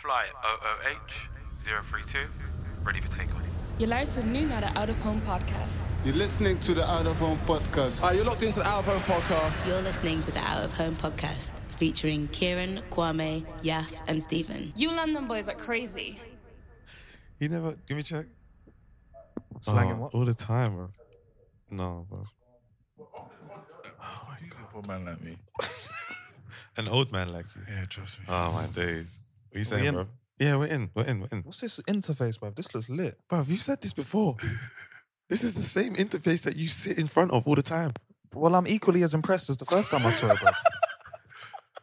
Fly OOH 032, ready for takeoff. Je luistert nu naar de Out of Home podcast. You're listening to the Out of Home podcast. Are you Ah, locked into the Out of Home podcast? You're listening to the Out of Home podcast featuring Kieran, Kwame, Yaf, and Stephen. You London boys are crazy. He never give me check. Slanging what? all the time, bro. No, bro. Oh Poor man like me. An old man like you. Yeah, trust me. Oh my days. What are you saying, in? bro? Yeah, we're in. We're in. We're in. What's this interface, bruv? This looks lit. Bro, you've said this before. this is the same interface that you sit in front of all the time. Well, I'm equally as impressed as the first time I saw it, bruv.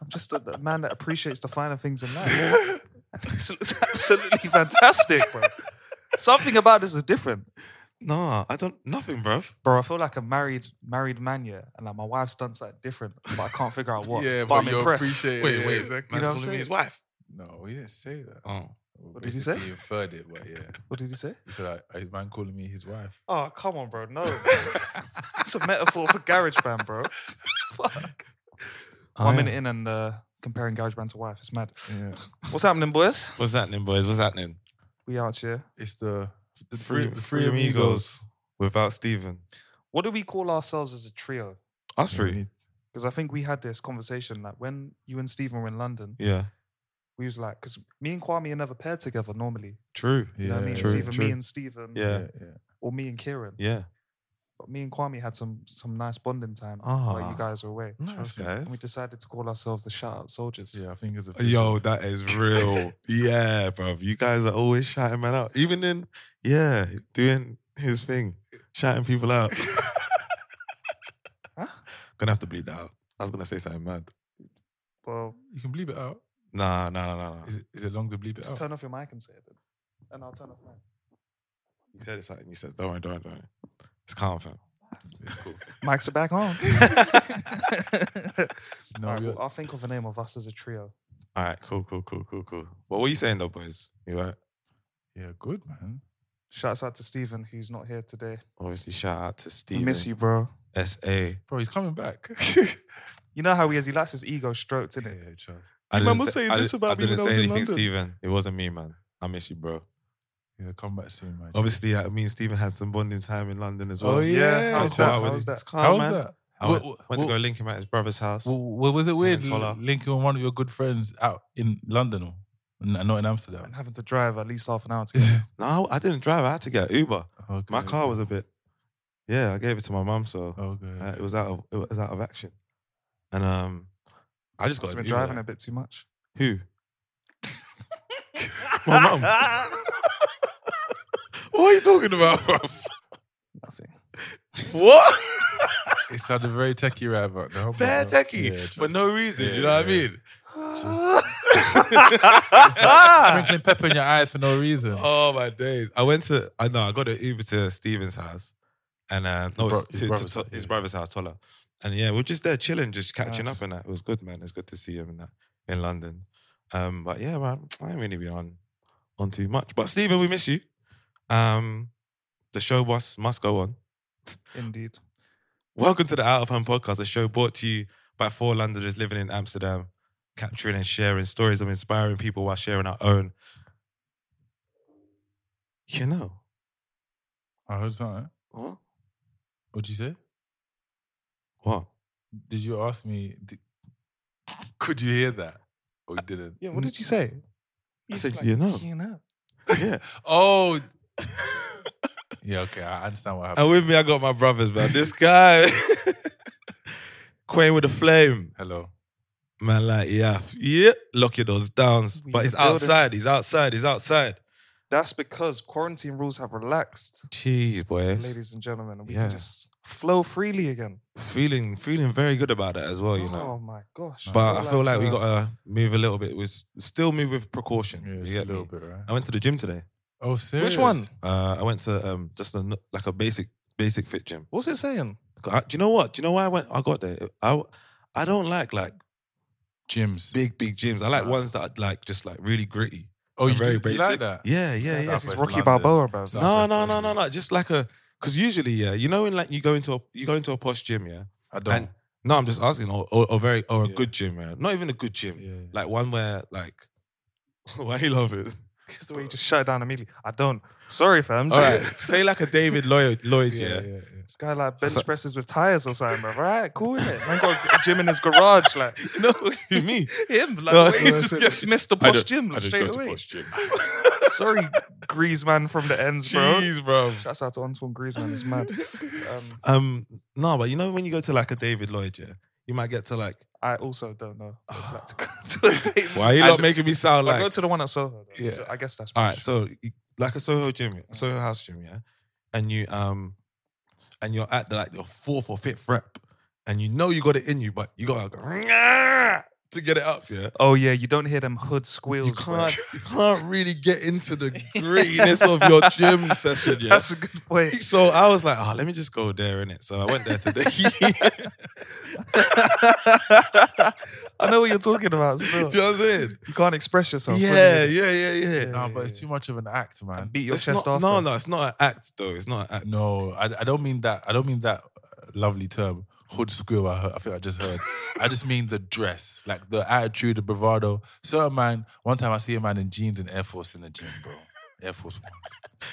I'm just a, a man that appreciates the finer things in life. this looks absolutely fantastic, bro. Something about this is different. Nah, I don't. Nothing, bro. Bro, I feel like a married married man, yeah. And like my wife's done something different, but I can't figure out what. Yeah, but but I'm you impressed. appreciate Wait, it. wait. yeah, exactly. Man's You know what calling I'm me saying? his wife. No, he didn't say that. Oh. What did he say? He inferred it, but yeah. What did he say? He said, "Are his man calling me his wife?" Oh, come on, bro. No. bro. That's a metaphor for GarageBand, bro. Fuck. Oh, One minute in and uh, comparing GarageBand to wife. It's mad. Yeah. What's happening, boys? What's happening, boys? What's happening? We out here. It's the the Free, the Free Amigos, without Steven. What do we call ourselves as a trio? Us Yeah, we three. need- Because I think we had this conversation like when you and Stephen were in London, Yeah. we was like, because me and Kwame are never paired together normally. True. You know what I mean? True, it's either true. me and Stephen Yeah. yeah, yeah. or me and Kieran. Yeah. But me and Kwame had some some nice bonding time while Ah. you guys were away. Nice, And we guys. decided to call ourselves the Shout Out Soldiers. Yeah, I think it's a Uh, Yo, that is real. yeah, bro. You guys are always shouting man out. Even in, yeah, doing his thing, shouting people out. Gonna have to bleed that out. I was gonna say something mad. Well, You can bleep it out. Nah, nah, nah, nah. nah. Is it, is it long to bleep it just out? turn off your mic and say it then. And I'll turn off mine. You said it's something. You said, don't worry, don't worry, don't worry. It's calm, fam. Mics are back on. no, All right, we're- well, I'll think of a name of us as a trio. All right, cool, cool, cool, cool, cool. What were you saying though, boys? You right? yeah, good man. Shouts out to Stephen, who's not here today. Obviously, shout out to We Steve. miss you, bro. SA. I Bro, he's coming back. You know how he is. He likes his ego stroked, yeah, innit? it? trust. remember didn't say- saying I this didn't- I about me when didn't I was say in anything, London? Steven. It wasn't me, man. I miss you, bro. Yeah, come back soon, man. Obviously, I mean, Stephen had some bonding time in London as well. Oh yeah, how I was caught that? up How with was him. that? It's calm, How was man. that? I What- went, what- went to what- go link him at his brother's house. Well, well, was it weird and Tola. l- linking with one of your good friends out in London or n- not in Amsterdam? And having to drive at least half an hour to get there. No, I didn't drive. I had to get Uber. Okay. My car was a bit. Yeah, I gave it to my mum, so Okay. uh, it was out of it was out of action, and um, I just got He's an been Uber. driving a bit too much. Who? my mum. what are you talking about? bruv? Nothing. what? It sounded very techie right about now. Fair but no- techie Yeah, for trust- no reason. do you know what I yeah. mean? Sprinkling pepper in your eyes for no reason. Oh my days! I went to I know I got an Uber to Steven's house, and uh, no, bro- it's his to, brother's to, to house, his yeah. brother's house, Tola, and yeah, we're just there chilling, just catching Nice. up, and that it was good, man. It's good to see him in that in London, um, but yeah, man, I ain't really been on on too much, but Steven, we miss you. Um, the show must must go on. Indeed. Welcome to the Out of Home podcast, a show brought to you by four Londoners living in Amsterdam, capturing and sharing stories of inspiring people while sharing our own. You know. I heard something. What? What'd you say? What? Did you ask me? Did, could you hear that? Or Uh, you didn't? Yeah, what did you say? I He's said, like, you know. You know. yeah. Oh. yeah. Okay. I understand what happened. And with me, I got my brothers, man. This guy, Quay with a flame, Hello. man. Like, yeah, yeah, lock your doors down. We But in he's the building. outside. He's outside. He's outside. That's because quarantine rules have relaxed, Jeez, boys. ladies and gentlemen. And we Yeah. can just flow freely again. Feeling feeling very good about it as well, you know. Oh my gosh. But I feel uh, like we gotta move a little bit. We s- still move with precaution. Yeah, you it's a get little me? bit, right? I went to the gym today. Oh, serious? Which one? Uh, I went to um, just a, n- like a basic basic fit gym. What's it saying? I- do you know what? Do you know why I went? I got there. I I don't like like Gyms. big big gyms. I like ones that are like just like really gritty. oh, you and very do, you like basic. that? Yeah, yeah, yeah. Southwest It's Rocky London. Balboa, bro. South- No, Southwest no, no, no, Asian. no. Just like a because usually, yeah, you know, in like you go into a you go into a posh gym, yeah. I don't. And- No, I'm just asking, or, or, or very or a Yeah. good gym, yeah. Not even a good gym, Yeah. like one where like why you love it. It's the way you just shut it down immediately. I don't. Sorry, Oh, fam. All right, say like a David Lloyd, Lloyd, yeah, yeah. yeah, yeah. This guy like bench presses with tires or something, bro. Right, cool, innit? Man got a gym in his garage, like No, you me. him, like No, the way he no, just it's- dismissed the I posh don't- gym I like, don't straight go to away. posh gym. Sorry, Griezmann from the ends, bro. Jeez, bro. Shouts out to Antoine Griezmann. He's mad. Um, Um, no, but you know when you go to like a David Lloyd, yeah, you might get to like. I also don't know. what It's like to go to a date. Why are you I not d- making me sound I like? go to the one at Soho. Though. Yeah. So I guess that's All right, so you- like a Soho gym, yeah, Soho House gym, yeah, and you um, and you're at the, like your fourth or fifth rep, and you know you got it in you, but you gotta go to get it up, yeah. Oh yeah, you don't hear them hood You squeals. bro. can't, you can't really get into the grittiness of your gym session, yeah. That's a good point. so I was like, oh, let me just go there, innit? So I went there today. I know what you're talking about. still. Do you know what I'm saying? You can't express yourself. can Yeah, you? yeah, yeah, yeah. No, but it's too much of an act, man. Beat your It's chest not- off. No, no, it's not an act though. It's not an act. No, I, I don't mean that. I don't mean that uh, lovely term, hood squeal. I, heard, I think I just heard. I just mean the dress, like the attitude, the bravado. Certain man. One time I see a man in jeans and Air Force in the gym, bro. Air Force Ones.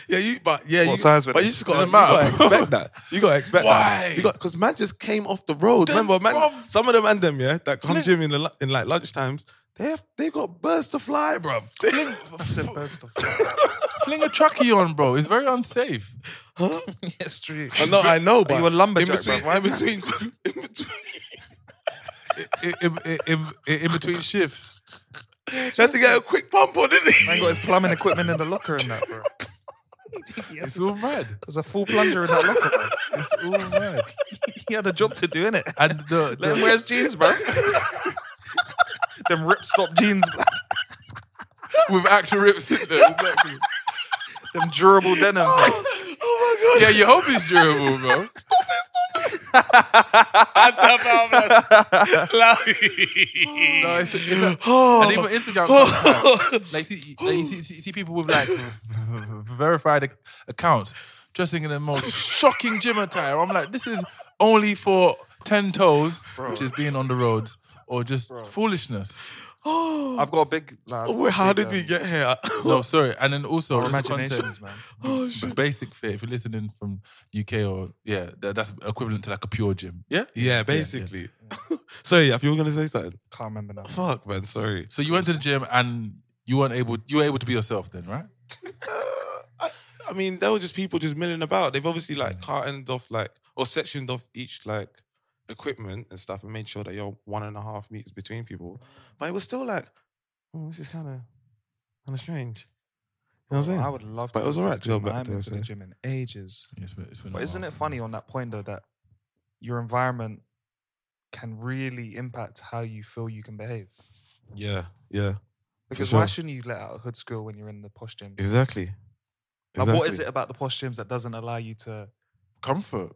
Yeah, you. But yeah, What you, size were But they? you just got Doesn't to matter. expect that. You got to expect Why? that. You got because man just came off the road. Them Remember, man. bruv- Some of them and them, yeah, that come gym in the lu- in like lunch times. They have, they got birds to fly, bruv. They- I said burst off. Fling a truckie on, bro. It's very unsafe. It's true. I know, I know, but you a lumberjack, in between, bruv? Why in is that- between, in between, In, in, in, in- in between shifts. you had to get a quick pump on, didn't Man he? got his plumbing equipment in the locker and that, bro. It's all mad. There's a full plunger in that locker, bro. It's all mad. He had a job to do, innit? And the, Let him the wear his jeans, bro. Them ripstop jeans, bro. with actual rips in there. Exactly. Them durable denim, bro. Oh my Yeah, you hope it's durable, bro. No, it's, it's like, Oh. and even Instagram. sometimes, like, see, like, you see, see, see people with like verified ac- accounts dressing in the most shocking gym attire. I'm like, this is only for ten toes, which is being on the roads or just foolishness. I've got a big. Like, god! Oh, Wait, how did we get here? No, sorry. And then also, just for imaginations, context, man? Oh shit. b- basic fit. If you're listening from UK or yeah, that, that's equivalent to like a pure gym. Yeah. Yeah, basically. sorry, if you were gonna say something. Can't remember now. Fuck, man. Sorry. So you went to the gym and you weren't able. You were able to be yourself then, right? I, I mean, there were just people just milling about. They've obviously like cartoned off like or sectioned off each like equipment and stuff and made sure that you're one and a half meters between people. But it was still like, oh, this is kind of kind of strange. You know what I'm saying? Oh, I would love to. But it was go alright to go back Miami there, to the so. gym in ages. Yes, but it's been. a But isn't while. it funny on that point though that your environment can really impact how you feel you can behave? yeah, yeah, Because sure. why shouldn't you let out a hood school when you're in the posh gyms? exactly. Like, what is it about the posh gyms that doesn't allow you to comfort?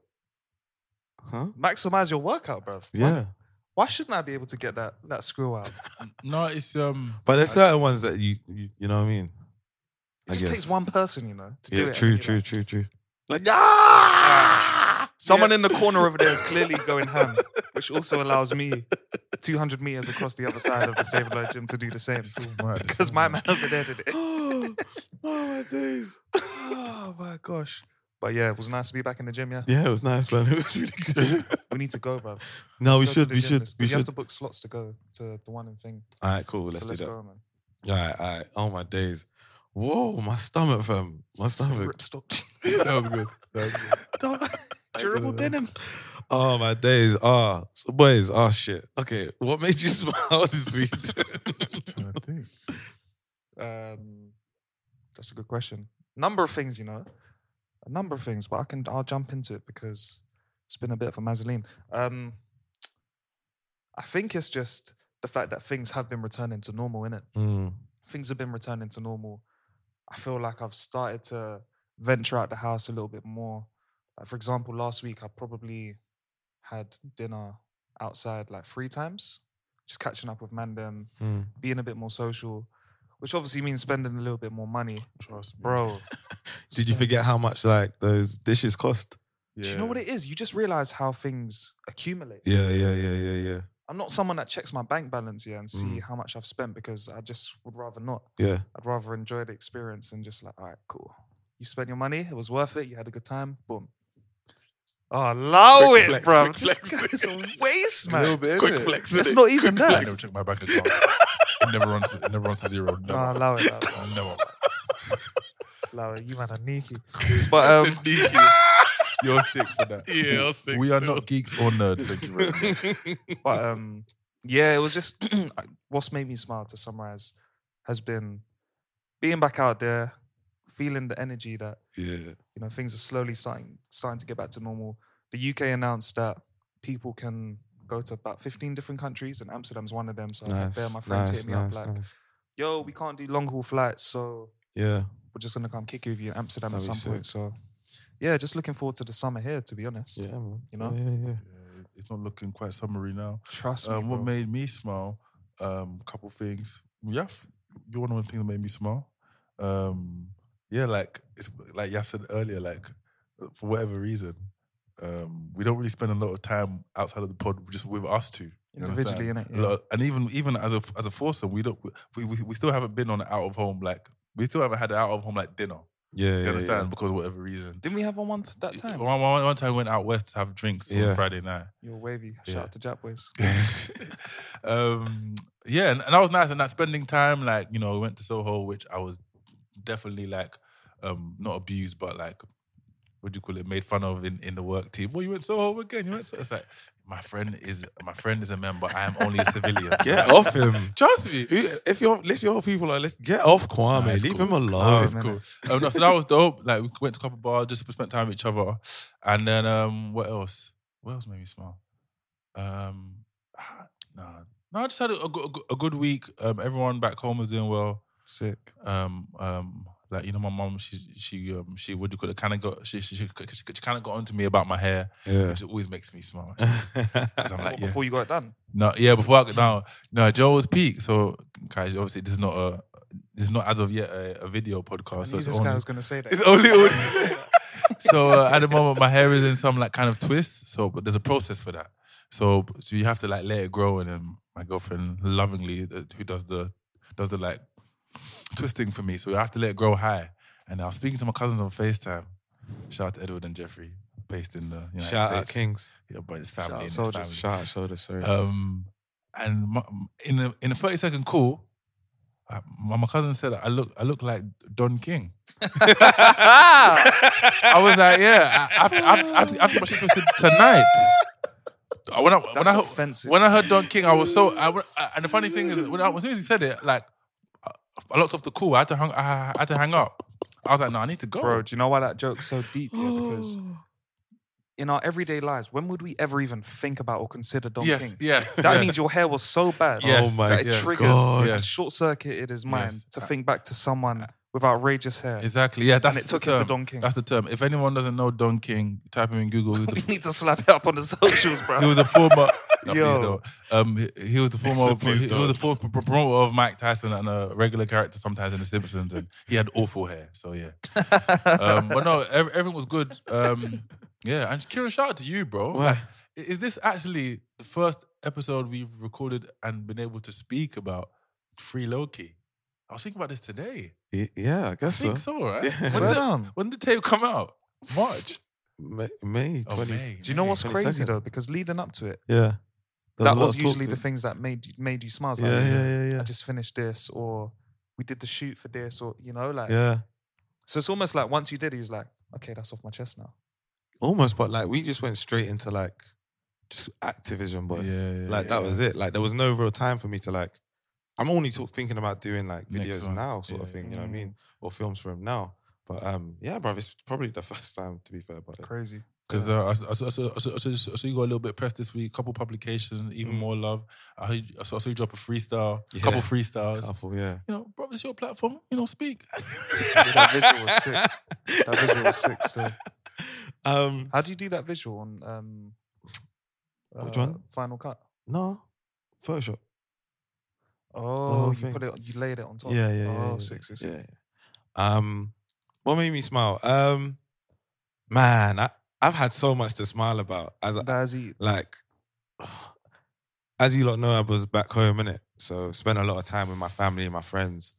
Huh? maximize your workout, bruv? Why- Yeah, Why shouldn't I be able to get that that screw out? No, it's um. but there's certain ones that you you, you know what I mean. It just takes one person, you know, to do Yeah, it. and true, you're true, like, ah! true, true. Like Someone in the corner over there is clearly going ham, which also allows me 200 meters across the other side of the David Lloyd gym to do the same. mad, it's Because so my mad. man over there did it. oh, oh my days. Oh my gosh. But yeah, it was nice to be back in the gym, yeah. Yeah, it was nice, man. It was really good. We need to go, bro. no, Oh, we Let's go should, to the we gym. should, Let's- we You have should. to book slots to go to the one and thing. All right, cool. Let's so do let's that. go, man. All right, all right. Oh my days. Whoa, my stomach, fam. My stomach. Rip stop. that was good. That was good. Durable denim. Oh my days. Ah, so boys. Oh shit. Okay, what made you smile this week? I think. Um, that's a good question. Number of things, you know, a number of things, but I can I'll jump into it because It's been a bit of a mazzoline. Um, I think it's just the fact that things have been returning to normal, innit? Things have been returning to normal. I feel like I've started to venture out the house a little bit more. Like for example, last week I probably had dinner outside like three times, just catching up with Mandem, being a bit more social, which obviously means spending a little bit more money. Trust me. Bro, Did you forget how much like those dishes cost? Yeah. do you know what it is? You just realize how things accumulate. Yeah, yeah, yeah, yeah, yeah. I'm not someone that checks my bank balance here and see how much I've spent because I just would rather not. Yeah. I'd rather enjoy the experience and just like, all right, cool. You spent your money, it was worth it, you had a good time, boom. Oh, allow Quick it, flex, bro. quick flex. This guy's a waste, A little man. bit, Quick innit? flex. It's innit? not even I that. never check my bank account. it never runs. It never runs to zero. No, Never. allow it, allow it, never. allow it. You man are neaky. But um, You're sick for that. Yeah, I'll sing We are still. not geeks or nerds. Thank you very much. but um, yeah, it was just I- what's made me smile to summarize has been being back out there, feeling the energy that Yeah. you know things are slowly starting starting to get back to normal. The UK announced that people can go to about 15 different countries, and Amsterdam's one of them. So I had a bear, my friends hit me up like, nice. "Yo, we can't do long haul flights, so Yeah. we're just gonna come kick you with you in Amsterdam That'd at be some point." So yeah, just looking forward to the summer here, to be honest. Yeah, man. You know? Yeah, yeah. Yeah, it's not looking quite summary now. Trust me, Um, what bro. made me smile? Um, couple things. Yeah, you're one of the things that made me smile. Um, yeah, like it's like Yaf said earlier. Like for whatever reason, um, we don't really spend a lot of time outside of the pod, just with us two. you Individually, understand? innit? Yeah. A lot- And even even as a as a foursome, we don't we, we, we still haven't been on out of home like we still haven't had an out of home like dinner. Yeah, You yeah, understand? Because of whatever reason. Didn't we have one one t- that time? One, one, one time we went out west to have drinks on Yeah. Friday night. You're wavy. Shout Yeah. out to Jack Boys. um, yeah, and, and that was nice. And that spending time, like you know, we went to Soho, which I was definitely like um, not abused, but like what do you call it, made fun of in, in the work team. Well, you went to Soho again. You went. So it's like my friend is my friend is a member. I am only a civilian. yeah. Get off him. Trust me. Who- If your if your people are let get off Kwame, Nah, it's leave cool, him it's cool. alone. It's cool. Um, no, so that was dope. Like we went to a couple bars, just spent time with each other, and then um, what else? What else made me smile? Um, nah, no, I just had a, a go- a go- a good week. Um, everyone back home was doing well. Sick. Um, um, like you know, my mom, she she um, she would you call it? Kind of got she she, she, kind of got onto me about my hair, Yeah. which always makes me smile. actually. 'Cause I'm like, yeah. Before you got it done. No, yeah, before I got down, no, Joe was peak. So, guys, obviously, this is not a, this is not as of yet a, a video podcast. So I knew it's this only, guy was gonna say that. it's only audio. so uh, at the moment, my hair is in some like kind of twist. So, but there's a process for that. So, so you have to like let it grow, and then my girlfriend lovingly, uh, who does the, does the like twisting for me. So I have to let it grow high. And I was speaking to my cousins on Facetime. Shout out to Edward and Jeffrey, based in the United Shout out States. Kings. Yeah, but it's family. out and it's soldiers. family. Shout out Shoulders. Sorry. Um, and my, in a in a thirty second call, uh, my, my cousin said I look I look like Don King. I was like, yeah, I, after, after, after my shit twisted tonight. Uh, When I, when, That's I heard, offensive. when I heard Don King, I was so. I, wa- I- and the funny thing is, when I, as soon as he said it, like I- I locked off the call. I had to hang. I, I had to hang up. I was like, no, I need to go. Bro, do you know why that joke's so deep? Yeah, because in our everyday lives, when would we ever even think about or consider Don yes, King? yes, That yes. means your hair was so bad Yes, oh my that that it yes. triggered, God. Yes. short circuited his mind Yes. Uh, to think back to someone with outrageous hair. Exactly. Yeah, that's it the took him to term. Don King. That's the term. If anyone doesn't know Don King, type him in Google. Who's we the need to slap it up on the socials, bro. he was a former. No, Yo. please don't. Um, he, he was the former. Please he, he don't. was the former pr- promoter of Mike Tyson and a regular character sometimes in The Simpsons, and he had awful hair. So yeah. Um, but no, ev- everything was good. Um, yeah, and Kira, shout out to you, bro. Like, i- is this actually the first episode we've recorded and been able to speak about Free Loki? I was thinking about this today. Y- yeah, I guess I think so. so, right? Yeah. When, Swear did, down. when did the tape come out? March. May, May Oh, 20. May. Do you know what's crazy 22nd. though? Because leading up to it, Yeah. There a that lot was of talk usually to the it. things that made you, made you smile. It's Yeah, Like, yeah, yeah, yeah. I just finished this, or we did the shoot for this, or you know, like. Yeah. So it's almost like once you did, it, he was like, okay, that's off my chest now. Almost, but like we just went straight into like just Activision, but Yeah, yeah, like that was it. Like there was no real time for me to like. I'm only talk, thinking about doing like Next videos one. now, sort of Yeah. thing. You know what Mm. I mean? Or films for him now. But um, yeah, bruv, it's probably the first time to be fair. But Crazy. Because uh, I, s- I, s- I, s- I, s- I s- I saw you got a little bit pressed this week, couple publications, Mm. even more love. I, heard you- I saw I saw you drop a freestyle, a couple Yeah. freestyles. Powerful, yeah. You know, bro, it's your platform. You know, speak. that visual was sick. That visual was sick. Still, Um, how do you do that visual on um, uh, Which one? Final Cut. no, Photoshop. Oh, you thing. put it. You laid it on top. Yeah, yeah, yeah. Oh, yeah, sick, sick, sick. yeah, yeah. Um, what made me smile? Um, man, I, I've had so much to smile about. As I, That's it. like, as you lot know, I was back home innit? so spent a lot of time with my family and my friends.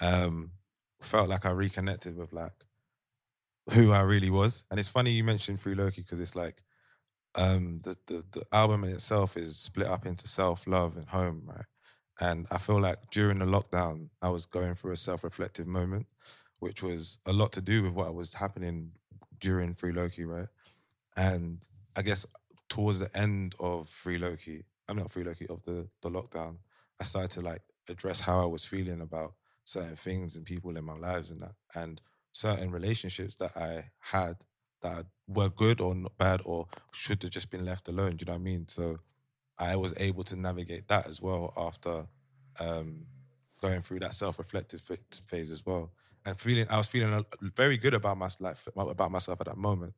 Um, felt like I reconnected with like who I really was. And it's funny you mentioned Free Loki because it's like um, the, the the album in itself is split up into self love and home, right? And I feel like during the lockdown, I was going through a self reflective moment, which was a lot to do with what was happening during Free Loki, right? And I guess towards the end of Free Loki, I'm not Free Loki, of the, the lockdown, I started to like address how I was feeling about certain things and people in my lives and that, and certain relationships that I had that were good or not bad or should have just been left alone. Do you know what I mean? So I was able to navigate that as well after um, going through that self-reflective ph- phase as well, and feeling I was feeling a- very good about my life about myself at that moment,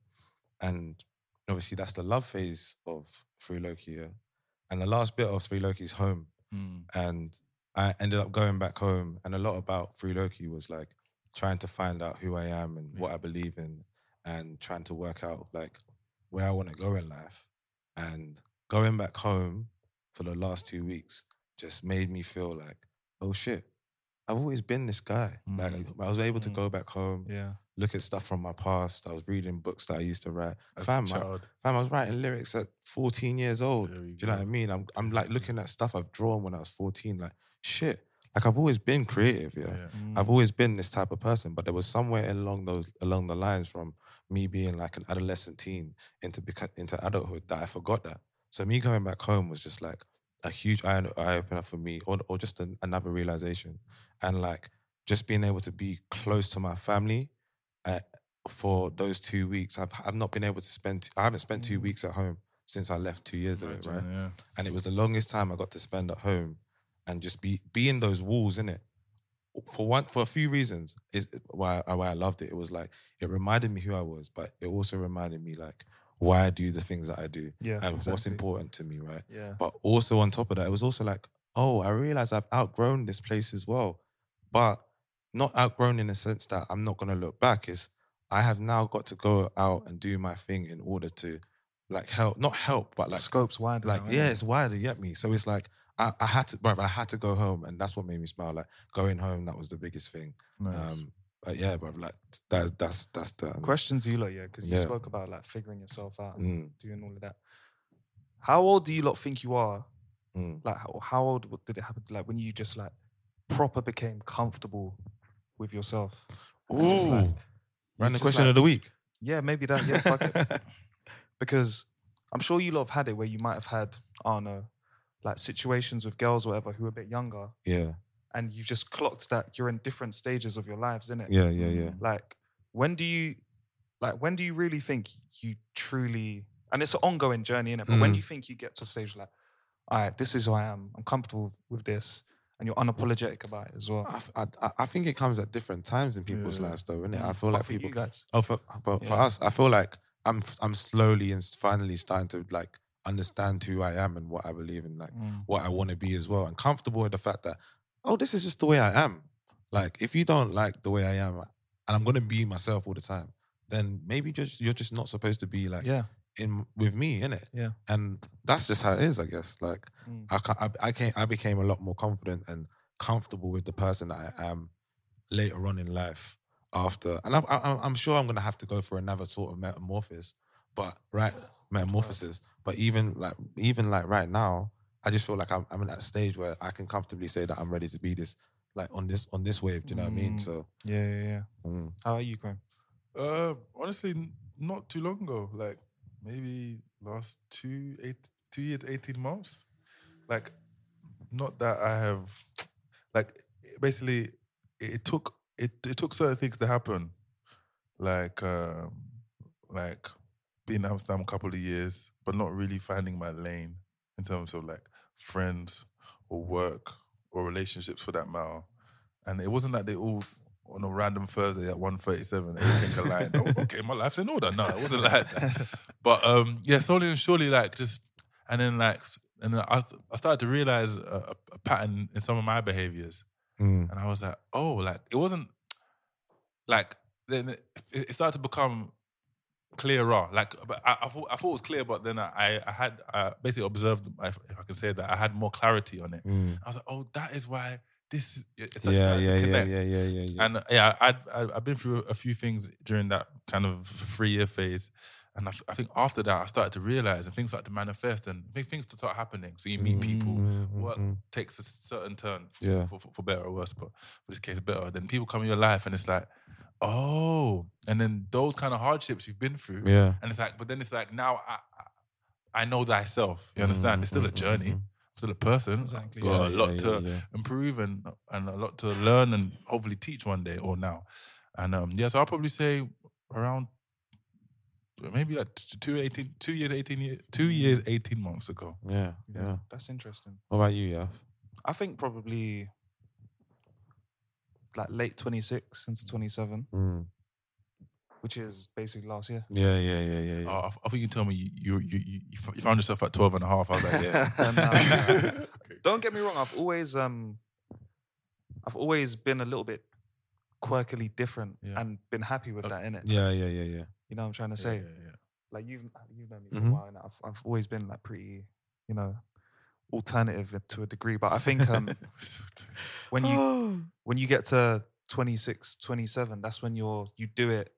and obviously that's the love phase of Free Loki, yeah. and the last bit of Free Loki's home, and I ended up going back home, and a lot about Free Loki was like trying to find out who I am and what I believe in, and trying to work out like where I want to go in life, and going back home for the last two weeks just made me feel like, oh shit, I've always been this guy. Like I was able to go back home, Mm. Yeah. look at stuff from my past. I was reading books that I used to write. As a fam, I, child. fam, I was writing lyrics at 14 years old. There Do you you know what go. I mean? I'm I'm like looking at stuff I've drawn when I was 14. Like shit. Like I've always been creative. Yeah. Mm. Mm. I've always been this type of person. But there was somewhere along those along the lines from me being like an adolescent teen into beca- into adulthood that I forgot that. So me going back home was just like a huge eye, eye opener for me, or or just an, another realization, and like just being able to be close to my family uh, for those two weeks. I've I've not been able to spend. I haven't spent Mm. two weeks at home since I left two years ago, right? Yeah. And it was the longest time I got to spend at home, and just be be in those walls, in it. For one, for a few reasons, is why why I loved it. It was like it reminded me who I was, but it also reminded me like why I do the things that I do, Yeah, and what's exactly. important to me, right? Yeah. But also on top of that, it was also like, oh, I realize I've outgrown this place as well. But not outgrown in the sense that I'm not gonna look back. Is I have now got to go out and do my thing in order to like help, not help, but like Scope's wider. like now, yeah, innit? it's wider. You get me? So it's like I, I had to, bruv, I had to go home, and that's what made me smile. Like going home, that was the biggest thing. Nice. Um, but yeah, bruv, like that's that's that's the um, Questions you lot, yeah, because you Yeah. spoke about like figuring yourself out and Mm, doing all of that. How old do you lot think you are? mm. Like, how, how old w- did it happen? Like, when you just like proper became comfortable with yourself? And just, like, Ooh. Random just question like- of the week. Yeah, maybe that. Yeah, fuck it. Because I'm sure you lot have had it where you might have had, I don't know, like situations with girls or whatever who are a bit younger, Yeah, and you just clocked that you're in different stages of your lives, innit? yeah, yeah, yeah. like when do you like when do you really think you truly and it's an ongoing journey in it but when Mm. do you think you get to a stage like all right this is who i am i'm comfortable with, with this and you're unapologetic about it as well I, I, I- I think it comes at different times in people's Yeah. lives, though, innit? I Mm. feel But like for people. you guys Oh, for for, for Yeah. us, I feel like I'm I'm slowly and finally starting to like understand who I am and what I believe in, like Mm. what I want to be as well, and comfortable with the fact that oh, this is just the way I am. Like if you don't like the way I am, uh, and I'm gonna be myself all the time, then maybe just you're just not supposed to be like yeah in with me, innit? yeah and that's just how it is, I guess. Like Mm. I, ca- I, I came, I became a lot more confident and comfortable with the person that I am later on in life. After, and I'm, I'm, I'm sure I'm gonna have to go for another sort of metamorphosis, but right, metamorphosis. But even like, even like right now, I just feel like I'm, I'm in that stage where I can comfortably say that I'm ready to be this, like on this, on this wave. Do you know what I mean? Mm. So, yeah yeah yeah mm. how are you graham Uh, honestly, n- not too long ago. Like maybe last two eight two years, eighteen months. Like, not that I have. Like, it- basically, it, it took it it took certain things to happen. Like, um, like been in Amsterdam a couple of years, but not really finding my lane in terms of like friends or work or relationships for that matter. And it wasn't that they all on a random Thursday at 1.37, everything aligned. oh, okay, my life's in order. No, it wasn't like that. But um, yeah, slowly and surely, like just, and then like, and then I, I started to realize a, a pattern in some of my behaviors. Mm, And I was like, oh, like it wasn't like then it, it started to become clearer. Like but I, I thought I thought it was clear, but then I I had I uh, basically observed if if I can say that I had more clarity on it. I was like, oh, that is why this is it's a, mm. Yeah, it's a yeah, yeah, connect. yeah, yeah, yeah, yeah. And uh, yeah, I'd, I'd I've been through a few things during that kind of three year phase. And I, f- I think after that, I started to realize and things started to manifest and things, things to start happening. So you meet people, work takes a certain turn for, Mm-hmm, Yeah. for, for, for better or worse, but for this case, better. Then people come in your life and it's like, oh. And then those kind of hardships you've been through. Yeah. And it's like, but then it's like, now I, I- I know thyself. You understand? It's Mm-hmm, still a journey. I'm still a person. Exactly. Got Yeah, a lot yeah, to yeah, yeah. improve and and a lot to learn and hopefully teach one day or now. And um, yeah, so I'll probably say around maybe like t- two, 18, two years, 18 years, two years, 18 months ago. Yeah, yeah. That's interesting. What about you, Yaf? I think probably like late 26 into 27, Mm. which is basically last year. Yeah, yeah, yeah, yeah, yeah. Oh, I, I think you told me you, you, you, you- you f- you found yourself at 12 and a half. I was like, yeah. And, um, don't get me wrong, I've always um I've always been a little bit quirkily different Yeah. and been happy with that in it. yeah, yeah, yeah, yeah. You know what I'm trying to yeah, say? yeah, Mm-hmm. yeah. Like you've you've known me for Mhm. a while and I've I've always been like pretty, you know, alternative to a degree, but I think um when Oh. you Oh, when you get to 26 27 that's when you're you do it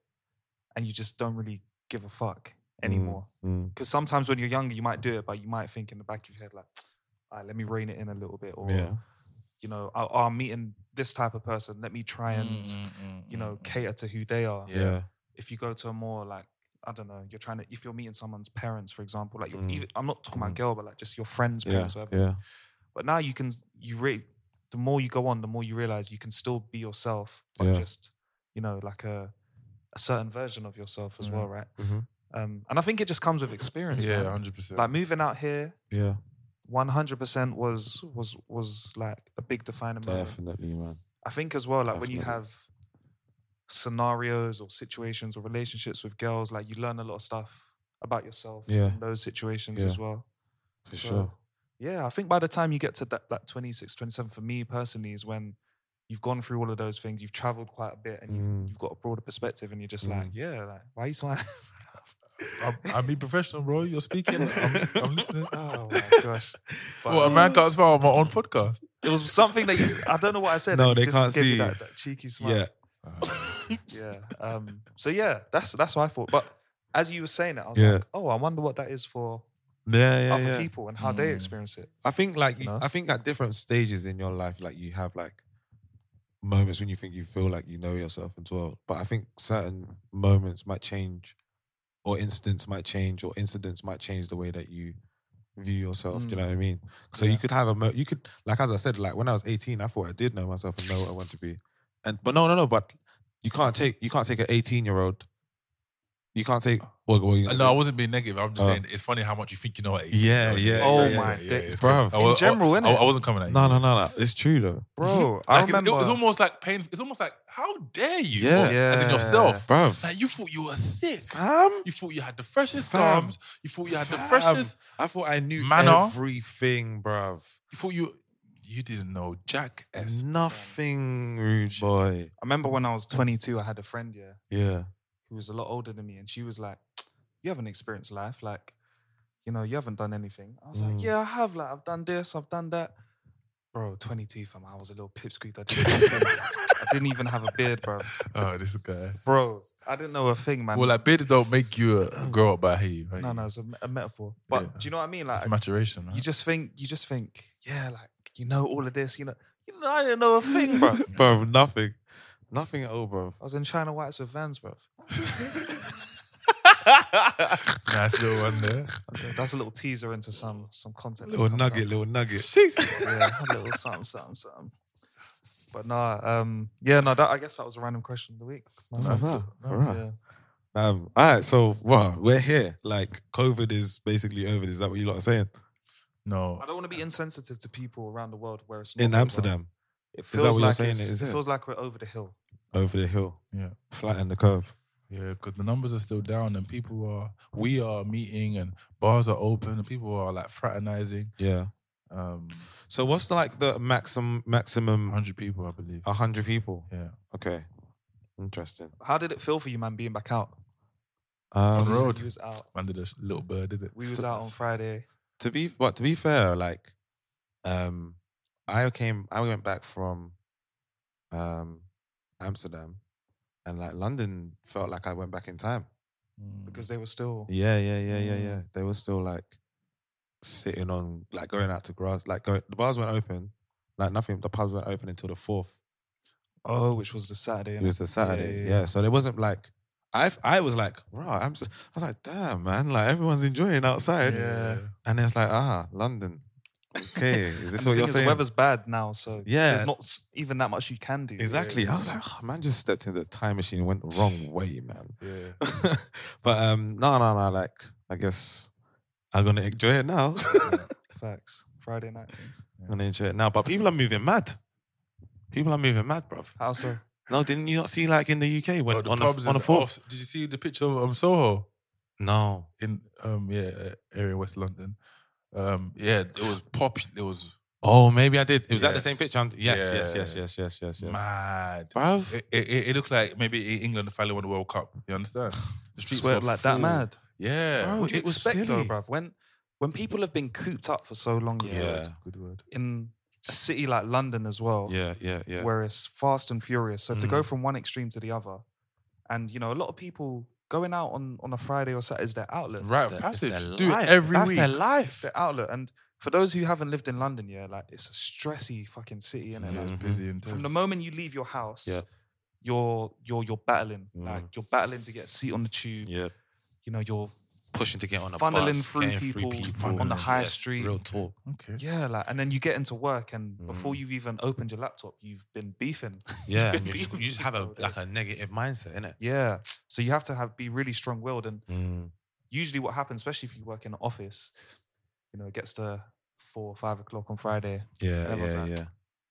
and you just don't really give a fuck anymore Mm. because sometimes when you're younger you might do it but you might think in the back of your head like all right let me rein it in a little bit or Yeah. you know I, oh, i'm meeting this type of person let me try and you know cater to who they are Yeah. Mm, Yeah. if you go to a more like I don't know, you're trying to if you're meeting someone's parents, for example, like you're Mm. even, I'm not talking about girl, but like just your friend's Yeah. parents, or whatever. Yeah. But now you can you re the more you go on, the more you realize you can still be yourself, but Yeah. just you know like a a certain version of yourself as well, right? Mhm. Um, and I think it just comes with experience. Yeah, man. 100%. Like moving out here, Yeah. one hundred percent was was was like a big mm, defining moment. Definitely, man. I think as well, like when you Definitely. have scenarios or situations or relationships with girls, like you learn a lot of stuff about yourself Yeah. in those situations Yeah. as well. For sure. Yeah, I think by the time you get to that, that 26, 27, for me personally, is when you've gone through all of those things, you've traveled quite a bit, and Mm. you've, you've got a broader perspective, and you're just like, yeah, like, why are you smiling? I'm, I'm being professional, bro. You're speaking. I'm, I'm listening. oh my gosh. But Well, a man can't smile on my own podcast. it was something that you, I don't know what I said. No, and you they just can't gave me see you. that, that cheeky smile. Yeah. yeah. Um, so yeah, that's that's what I thought. But as you were saying it, I was Yeah. like, oh, I wonder what that is for Yeah, yeah, other yeah. people and how Hmm. they experience it. I think like you know? I think at different stages in your life, like you have like moments when you think you feel like you know yourself as well. But I think certain moments might change, or incidents might change, or incidents might change the way that you view yourself. Do you know what I mean? So you could have a mo- you could like as I said, like when I was eighteen, I thought I did know myself and know what I want to be. And but no, no, no. But you can't take you can't take an eighteen year old. You can't take. Well, well, you- Uh, No, I wasn't being negative. I'm just Oh. saying it's funny how much you think you know. At 18. Yeah, So, yeah, Oh yeah, my yeah, days. it's Oh, Bruv. crazy. In I wa- general, I, innit? I, I wasn't coming at you. no, no, no, no. It's true though, Bro, I Like, it's, remember. it was almost like pain. It's almost like how dare you? Yeah. Or- As in Yeah. yourself, bro. Like you thought you were sick. Fam, You thought you had the freshest Fam. arms. You thought you had the Fam, freshest. I thought I knew manner. everything, bruv. You thought you. You didn't know Jack S. Nothing, rude boy. I remember when I was 22, I had a friend yeah Yeah. who was a lot older than me, and she was like, "You haven't experienced life, like, you know, you haven't done anything." I was Mm. like, "Yeah, I have. Like, I've done this, I've done that." Bro, 22, fam. I was a little pipsqueak. I didn't, know a thing. I didn't even have a beard, bro. Oh, this guy. Bro, I didn't know a thing, man. Well, like beards don't make you uh, grow up, but hey, right? no, no, it's a, me- a metaphor. But Yeah. do you know what I mean? Like, it's maturation, right? you just think, you just think, yeah, like you know all of this, you know, you know I didn't know a thing, bro. I Bro, nothing. Nothing at all, bro. was in China Whites with Vans, bro. nice little one there. That's a little teaser into some some content. that's Little coming up. nugget, little nugget. yeah, a little something, something, something. But no, um, yeah, no, that, I guess that was a random question of the week. My Nice. friend. Alright. Yeah. Um, all right, so wow, we're here. Like COVID is basically over. Is that what you lot are saying No. I don't want to be insensitive to people around the world where it's not in over. Amsterdam? It that feels what you're like saying it's- it is, it yeah? feels like we're over the hill. Over the hill, Yeah. flatten the curve. Yeah, because the numbers are still down and people are, we are meeting and bars are open and people are like fraternizing. Yeah. Um, So what's like the maximum maximum 100 people, I believe. hundred people? Yeah. Okay, interesting. How did it feel for you, man, being back out? On Um, the You said road. You was out. Man did a sh- little bird, did it? We was out on Friday. to be but to be fair, like um I came I went back from um Amsterdam and like London felt like I went back in time. because they were still Yeah, yeah, yeah, yeah, Mm. yeah. They were still like sitting on like going out to grass like go, the bars weren't open. Like nothing the pubs weren't open until the fourth. oh, which was the Saturday. It was the Saturday. Yeah, yeah, yeah. So there wasn't like I I was like, wow, I'm so, I was like, damn man, like everyone's enjoying outside. Yeah. And it's like, ah, London. Okay. Is this And the what thing you're is, saying? The weather's bad now, so Yeah. there's not s- even that much you can do. Exactly. I was like, oh, man, just stepped into the time machine and went the wrong way, man. Yeah. but um, no, no, no. Like, I guess I'm gonna enjoy it now. Facts. Friday night things. I'm gonna enjoy it now. But people are moving mad. People are moving mad, bruv. How so? No, didn't you not see like in the UK when Oh, the on, pubs the, on and the fourth? oh, did you see the picture of um, Soho No. in um yeah uh, area in West London? Um yeah, it was pop. It was Oh, maybe I did. It was that the Yes. same picture. I'm- Yes, Yeah. yes, yes, yes, yes, yes, yes. mad. Bruv. It, it, it- it looked like maybe England finally won the World Cup. You understand? The streets Swear were like full. that mad. Yeah. Bro, What do you it was expect though, silly. bruv? When when people have been cooped up for so long, you know, Yeah. Good word. in a city like London as well, Yeah, yeah, yeah. Mm. where it's fast and furious. So to go from one extreme to the other, and you know, a lot of people going out on on a Friday or Saturday is their outlet. Right of It's passage. their Do it life. every That's week. their It's life. their outlet. And for those who haven't lived in London, yeah, like it's a stressy fucking city, innit? Yeah, Like, it's Mm-hmm. busy and from the moment you leave your house, Yeah. Mm. you're you're you're battling. Like you're battling to get a seat on the tube. Yeah. You know, you're Pushing to get on a Funneling bus, through getting people on the Yes, high street. Real talk. Okay. yeah, like and then you get into work and before Mm. you've even opened your laptop, you've been beefing. Yeah, You've been eh? and you, just, beefing you just have a all day. like a negative mindset, innit? Yeah. So you have to have be really strong willed. And usually what happens, especially if you work in an office, you know, it gets to four or five o'clock on Friday. Yeah, Levels yeah, up. yeah.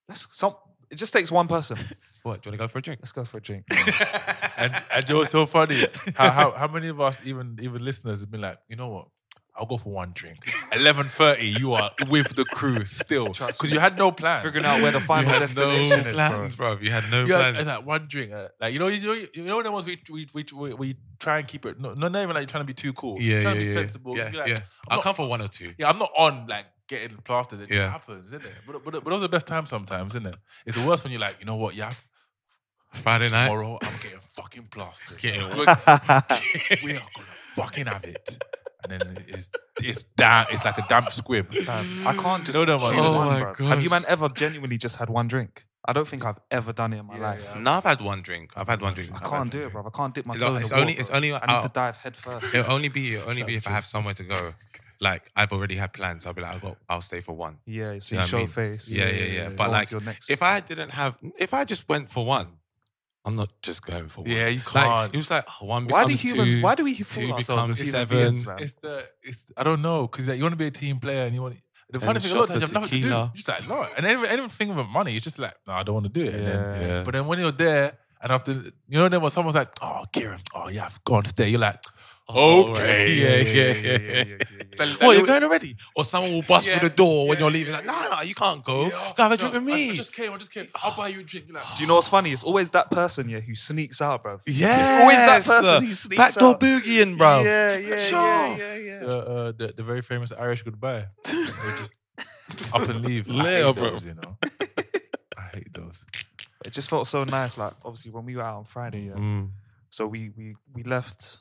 Let's some it just takes one person. What? Do you want to go for a drink? Let's go for a drink. And and you're so funny. How, how how many of us even even listeners have been like, you know what? I'll go for one drink. Eleven thirty, you are with the crew still because you had no plan. Figuring out where the final had no destination is, bro. Plans, bro. You had no Yeah, plans. it's like one drink. uh, Like you know, you know, you know, the ones we we we we, we try and keep it. No, no, not even like you're trying to be too cool. yeah, you're yeah, trying to yeah. be sensible. Yeah, You're like, yeah. I'm I'll not, come for one or two. yeah, I'm not on like getting plastered. It Yeah. just happens, isn't it? But but but those are the best times sometimes, isn't it? It's the worst when you're like, you know what, yeah, Friday night. tomorrow I'm getting fucking plastered. We're- we are gonna fucking have it. And then it's it's damn. It's like a damp squib. Fam, Um, I can't just No, no, no, no, man. do the Oh one, my bruv. Have you gosh. man ever genuinely just had one drink? I don't think I've ever done it in my life. No, I've had one drink. I've had one drink. I can't do it, bro. I can't dip my It's toe in o- it's the water. only- it's only I need to out- dive head first. It'll only be it'll only be if I have somewhere to go. Like I've already had plans. I'll be like, I'll go. I'll stay for one. You Yeah, so you, know what I show mean? face. Yeah, yeah, yeah. But Go on like, to your next if I didn't have, if I just went for one, I'm not just going for one. Yeah, you Like, can't. it was like oh, one. Why do becomes humans- two, why do we two fool ourselves becomes as human seven? beings, man? It's the it's I don't know because like, you want to be a team player and you want. The funny the thing, a lot of times shots you have of nothing to do. tequila. You're just like, no. And anything, anything about money, it's just like, no, I don't want to do it. And then, Yeah. Yeah. But then when you're there, and after, you know, then when someone's like, oh, Kieran, oh, yeah, I've gone today. You're like, Oh, okay. right. Yeah, yeah, yeah, yeah, yeah, Oh, you're going already? Or someone will bust through the door when you're leaving. Like, nah, nah, you can't go. Yeah. Go have No, a drink with I- me. I, just came, I just came. I'll buy you a drink. You're like, Do you know what's funny? It's always that person, yeah, who sneaks out, bro. yeah, It's always that person who sneaks Backdoor out. boogieing, bro. uh, Yeah, yeah, Sure. yeah, yeah, yeah. uh, uh, the, the very famous Irish goodbye. they just up and leave. I Later, hate bro. those, you know. I hate those. It just felt so nice. Like obviously when we were out on Friday, yeah. Mm. So we we we left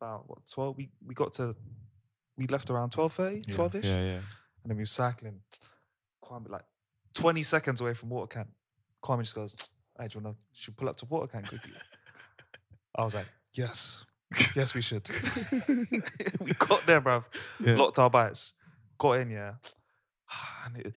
about what twelve. We we got to we left around 12.30, 12 ish, Yeah, yeah. and then we were cycling. Kwame like twenty seconds away from water can. Kwame just goes, "Hey, do you want to should pull up to water can quickly?" I was like, "Yes, yes, we should." we got there, bruv. Locked our bikes, got in, yeah. And it,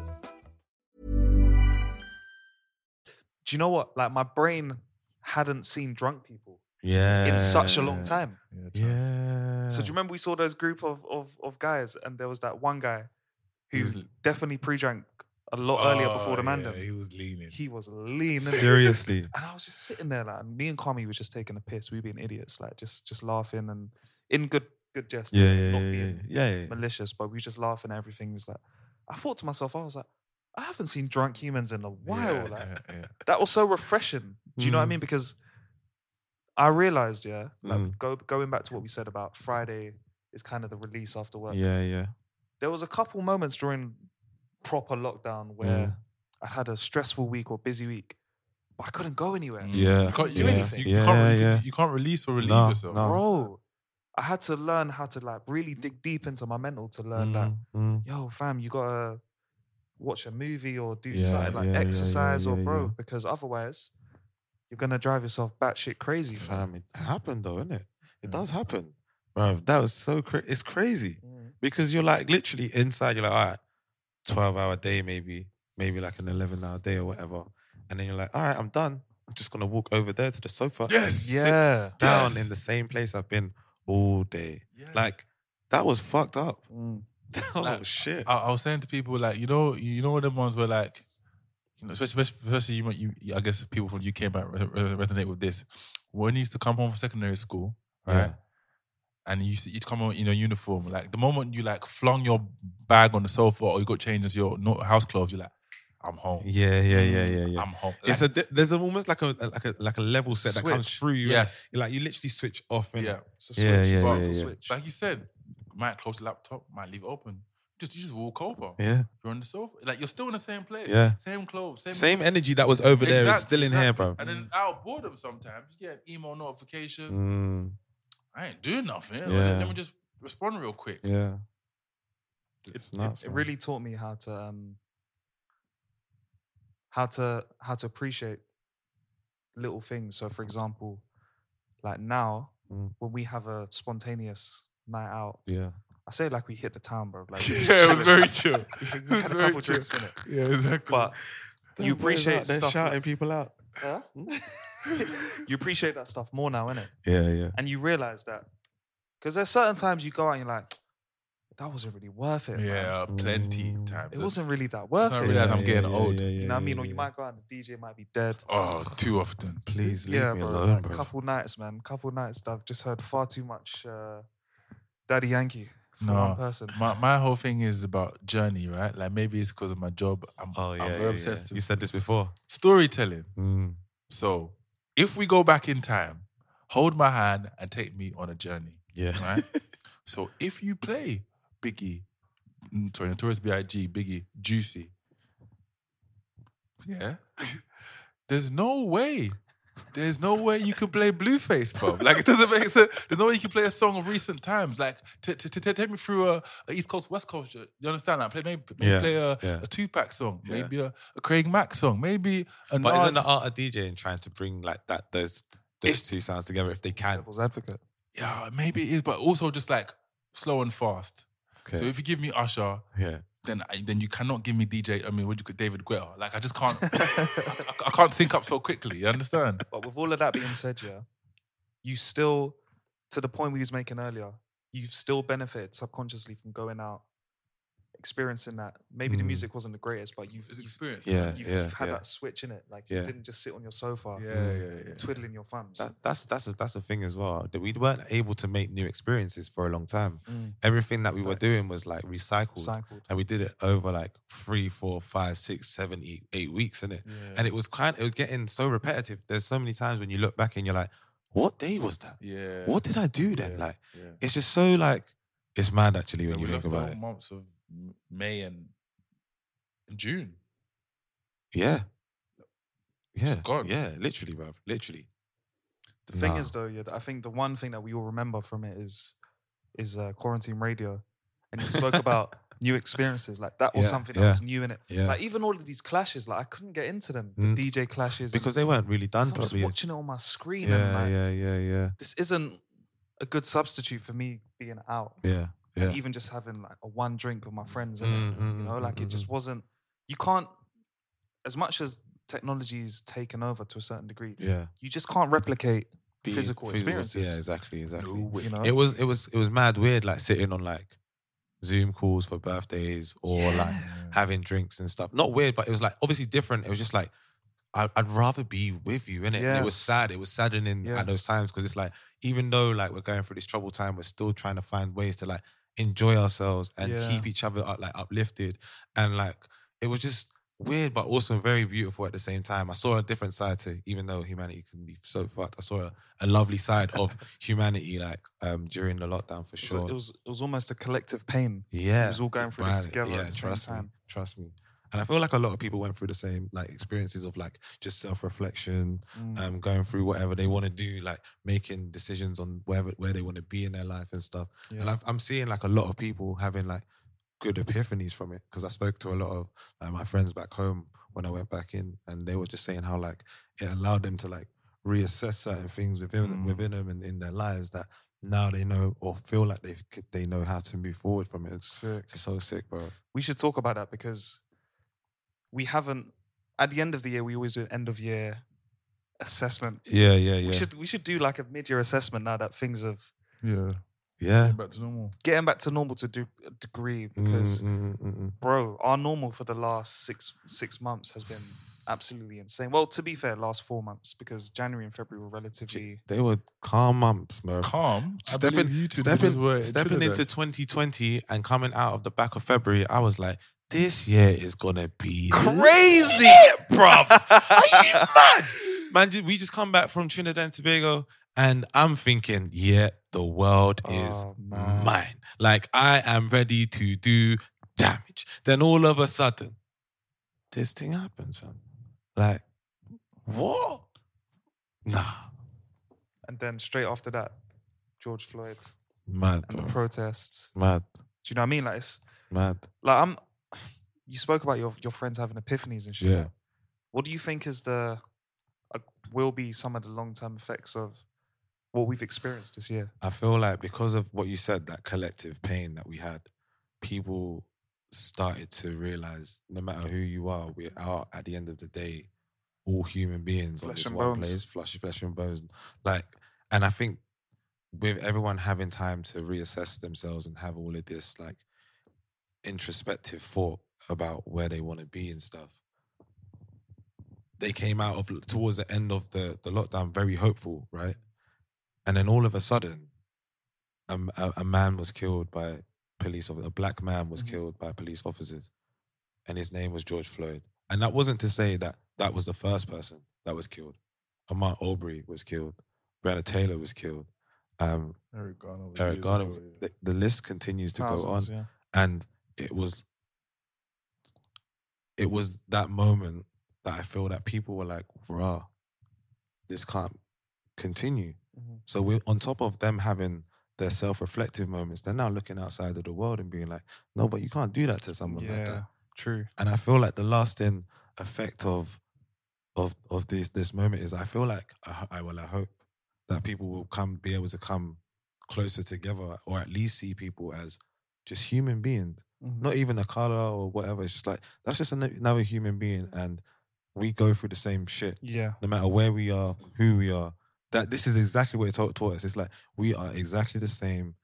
Do you know what? Like my brain hadn't seen drunk people Yeah. in such a long time. Yeah. So do you remember we saw those group of of, of guys, and there was that one guy who was- definitely pre-drank a lot earlier Oh, before the mandem. Ah, He was leaning. he was lean. innit? Seriously. And I was just sitting there, like, and me and Kwame were just taking a piss. We were being idiots, like just just laughing and in good good jest. Yeah, yeah, not yeah, being yeah, yeah, yeah. malicious, but we were just laughing at everything. It was like, I thought to myself, I was like, I haven't seen drunk humans in a while. Yeah, like, yeah, yeah. That was so refreshing. Do you know what I Mm. mean? Because I realized, yeah, like Mm. go, going back to what we said about Friday is kind of the release after work Yeah, yeah. there was a couple moments during proper lockdown where I'd had a stressful week or busy week, but I couldn't go anywhere. Mm. Yeah. You can't do yeah, anything. You, Yeah, can't yeah, re- yeah. you can't release or relieve No, yourself. no. Bro, I had to learn how to like really dig deep into my mental to learn that, Mm. yo, fam, you gotta watch a movie or do Yeah, something like yeah, yeah, exercise yeah, or yeah, bro, yeah. because otherwise you're gonna drive yourself batshit crazy. fam. Fam, it happened though, innit? It does happen. Bruv, that was so cra- it's crazy. Mm. Because you're like literally inside, you're like, all right, 12 hour day maybe, maybe like an 11 hour day or whatever. And then you're like, all right, I'm done. I'm just gonna walk over there to the sofa. and Yes. sit Yeah. down Yes. in the same place I've been all day. Yes. Like, that was fucked up. Mm. oh Like, shit. I, I was saying to people like, you know, you know, the ones were like, you know, especially, especially you, might- you, I guess people from UK might re- re- resonate with this. When you used to come home from secondary school, right? Yeah. And you used to, you'd come home in your uniform. Like the moment you like flung your bag on the sofa or you got changed into your no- house clothes, you're like, I'm home. yeah, yeah, yeah, yeah, yeah. Mm, I'm home. it's a di- there's a, almost like a like a like a level set that comes Switch. through you. Yes. innit? like you literally switch off. Innit? Yeah. So Yeah, yeah, switch, yeah, switch, yeah. switch. like you said, might close the laptop, might leave it open. Just you just walk over. Yeah. You're on the sofa. Like you're still in the same place. Yeah. Same clothes. Same Same energy that was over there is Exactly, still in here, exactly. bro. And then it's out boredom sometimes. You get an email notification. Mm, I ain't doing nothing. Let Yeah. Let me just respond real quick. yeah. It- It's it, nuts, it man. really taught me how to um, how to how to appreciate little things. So, for example, like now Mm. when we have a spontaneous night out, Yeah. I say like we hit the town, bro. Like, we Yeah, it was chillin'. very chill. We It had was a very couple chill. drinks in it, Yeah, exactly. but Them you boys appreciate out there stuff. shouting like- people out. Huh? you appreciate that stuff more now, innit? Yeah, yeah. And you realize that because there's certain times you go out and you're like, that wasn't really worth it. man. yeah, plenty time. it wasn't really that worth I it. realize Yeah, I'm getting yeah, old. yeah, yeah, You know what I mean? yeah, Or you yeah. might go out and the DJ might be dead. Oh, too often. Please leave me bro, alone, like, bro. Couple nights, man. Couple nights. that I've just heard far too much uh, Daddy Yankee from one No, person. my, my whole thing is about journey, right? Like maybe it's because of my job. I'm, Oh yeah, I'm very yeah, obsessed yeah. with You said this before. storytelling. Mm. So if we go back in time, hold my hand and take me on a journey. Yeah. Right? so if you play Biggie, mm, sorry, Notorious B.I.G., Biggie, Juicy, yeah, there's no way. There's no way you can play Blueface, bro. Like it doesn't make sense. There's no way you can play a song of recent times. Like to to- to- to take me through a, a East Coast West Coast. You understand? Like play maybe, maybe Yeah, play a, yeah. a two pack song, Yeah. maybe a, a Craig Mack song, maybe a But Nas- isn't the art of DJing trying to bring like that those those It's- two sounds together if they can? Devil's advocate. yeah, maybe it is, but also just like slow and fast. So if you give me Usher, yeah. then I, then you cannot give me DJ. I mean, what do you call David Guetta? Like I just can't. I, I can't sync up so quickly. You understand? But with all of that being said, yeah, you still, to the point we was making earlier, you've still benefited subconsciously from going out, experiencing that. Maybe the Mm. music wasn't the greatest, but you've experienced. it. Yeah, you've, yeah, you've had yeah. that switch in it. Like Yeah. you didn't just sit on your sofa, Yeah, yeah, yeah. twiddling your thumbs. That, that's that's a, that's a thing as well that we weren't able to make new experiences for a long time. Mm. Everything that we were doing was like recycled, Recycled. and we did it over like three, four, five, six, seven, eight, eight weeks, innit? Yeah. And it was kind, it was getting so repetitive. There's so many times when you look back and you're like, "What day was that? Yeah. What did I do then?" Like, yeah. it's just so like, it's mad actually Yeah, when we you think lost the about whole it. months of M- May and June. Yeah, yeah, gone. yeah, literally, bro, literally. The thing Nah. is, though, yeah, I think the one thing that we all remember from it is is uh, quarantine radio, and you spoke about new experiences. Like that was Yeah, something that yeah, was new in it. yeah. Like even all of these clashes, like I couldn't get into them. The Mm. DJ clashes and- because they weren't really done I'm just properly. watching it on my screen, and Yeah, like yeah, yeah, yeah, this isn't a good substitute for me being out. yeah, yeah. And even just having like a one drink with my friends, Mm, and mm, you know, mm, like mm, it just wasn't. You can't, as much as technology's taken over to a certain degree, Yeah. you just can't replicate Be- physical experiences. Yeah, exactly, exactly. You know? It was it was it was mad weird, like sitting on like Zoom calls for birthdays or like having drinks and stuff. Not weird, but it was like obviously different. It was just like I, I'd rather be with you, innit? And it was Yes. sad. It was saddening at those Yes. times because it's like even though like we're going through this troubled time, we're still trying to find ways to like enjoy ourselves and Yeah. keep each other up, like uplifted and like it was just weird but also very beautiful at the same time i saw a different side to even though humanity can be so fucked i saw a, a lovely side of humanity like um during the lockdown for It was- sure It was it was almost a collective pain. yeah it was all going through this Brad, together. yeah at the same trust me time. trust me and i feel like a lot of people went through the same like experiences of like just self-reflection Mm, um going through whatever they want to do like making decisions on wherever where they want to be in their life and stuff and I've, i'm seeing like a lot of people having like good epiphanies from it because I spoke to a lot of like my friends back home when I went back in, and they were just saying how like it allowed them to like reassess certain things within Mm. within them and in their lives that now they know or feel like they c- they know how to move forward from it. It's, Sick. it's so sick, bro. we should talk about that because we haven't. At the end of the year, we always do an end of year assessment. Yeah, yeah, yeah, We should we should do like a mid year assessment now that things have Yeah. yeah. Back to normal. getting back to normal to do, a degree because Mm, mm, mm, mm, mm. bro our normal for the last six six months has been absolutely insane well to be fair last four months because january and february were relatively they were calm months, bro. Calm. I stepping, believe you two stepping, because we're in stepping into Trinidad. 2020 and coming out of the back of February, I was like, this year is gonna be Crazy. lit, bruv. Are you mad? Man, ju- we just come back from Trinidad and Tobago, and I'm thinking, yeah, the world is Oh, man. mine. Like I am ready to do damage. Then all of a sudden, this thing happens, fam. Like, what? Nah, and then straight after that george floyd mad, and bro. the protests mad, do you know what i mean like it's mad. like i'm you spoke about your your friends having epiphanies and shit Yeah. what do you think is the uh, will be some of the long-term effects of what we've experienced this year I feel like because of what you said, that collective pain that we had, people started to realize no matter who you are, we are at the end of the day all human beings on Flesh this and one bones. place, flesh, flesh and bones. Like, and I think with everyone having time to reassess themselves and have all of this like introspective thought about where they want to be and stuff, they came out of towards the end of the the lockdown very hopeful, right? And then all of a sudden, a, a, a man was killed by police officers. A black man was Mm. killed by police officers, and his name was George Floyd. And that wasn't to say that that was the first person that was killed. Ahmaud Aubrey was killed. Breonna Taylor was killed. Um, Eric Garner. was Eric years Garner. ago, yeah. The, the list continues to go on Thousands, yeah. and it was it was that moment that I feel that people were like, "Rah, this can't continue." Mhm. So we are on top of them having their self-reflective moments. They're now looking outside of the world and being like, "No, but you can't do that to someone like that." Mm-hmm. true And I feel like the lasting effect of of of this this moment is I feel like I, ho- I well I hope that people will come be able to come closer together or at least see people as just human beings, Mhm. not even a color or whatever. It's just like that's just ano- another human being, and we go through the same shit yeah no matter where we are, who we are. That this is exactly what it taught, taught us. It's like we are exactly the same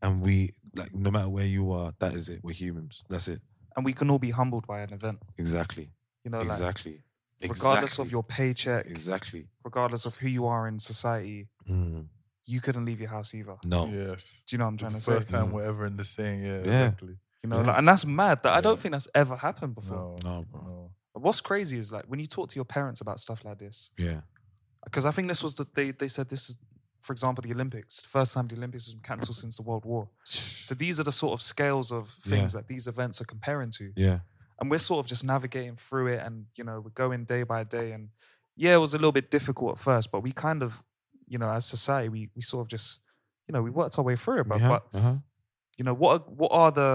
and we like no matter where you are, that is it. We're humans. That's it. And we can all be humbled by an event. Exactly. You know, like, exactly. Regardless exactly. of your paycheck, exactly. regardless of who you are in society, Mm. you couldn't leave your house either. No. Yes. Do you know what I'm It's trying the to say? First time we're ever in the same. Yeah, Yeah. exactly. You know, like, and that's mad. That I don't think that's ever happened before. No, No, bro. no. What's crazy is like when you talk to your parents about stuff like this, Yeah. because I think this was the they they said this is, for example, the Olympics, the first time the Olympics has been cancelled since the World War. So these are the sort of scales of things Yeah. that these events are comparing to, Yeah. and we're sort of just navigating through it, and you know we're going day by day, and yeah, it was a little bit difficult at first, but we kind of, you know, as society, we we sort of just, you know, we worked our way through it, but, yeah. but uh-huh. you know what are, what are the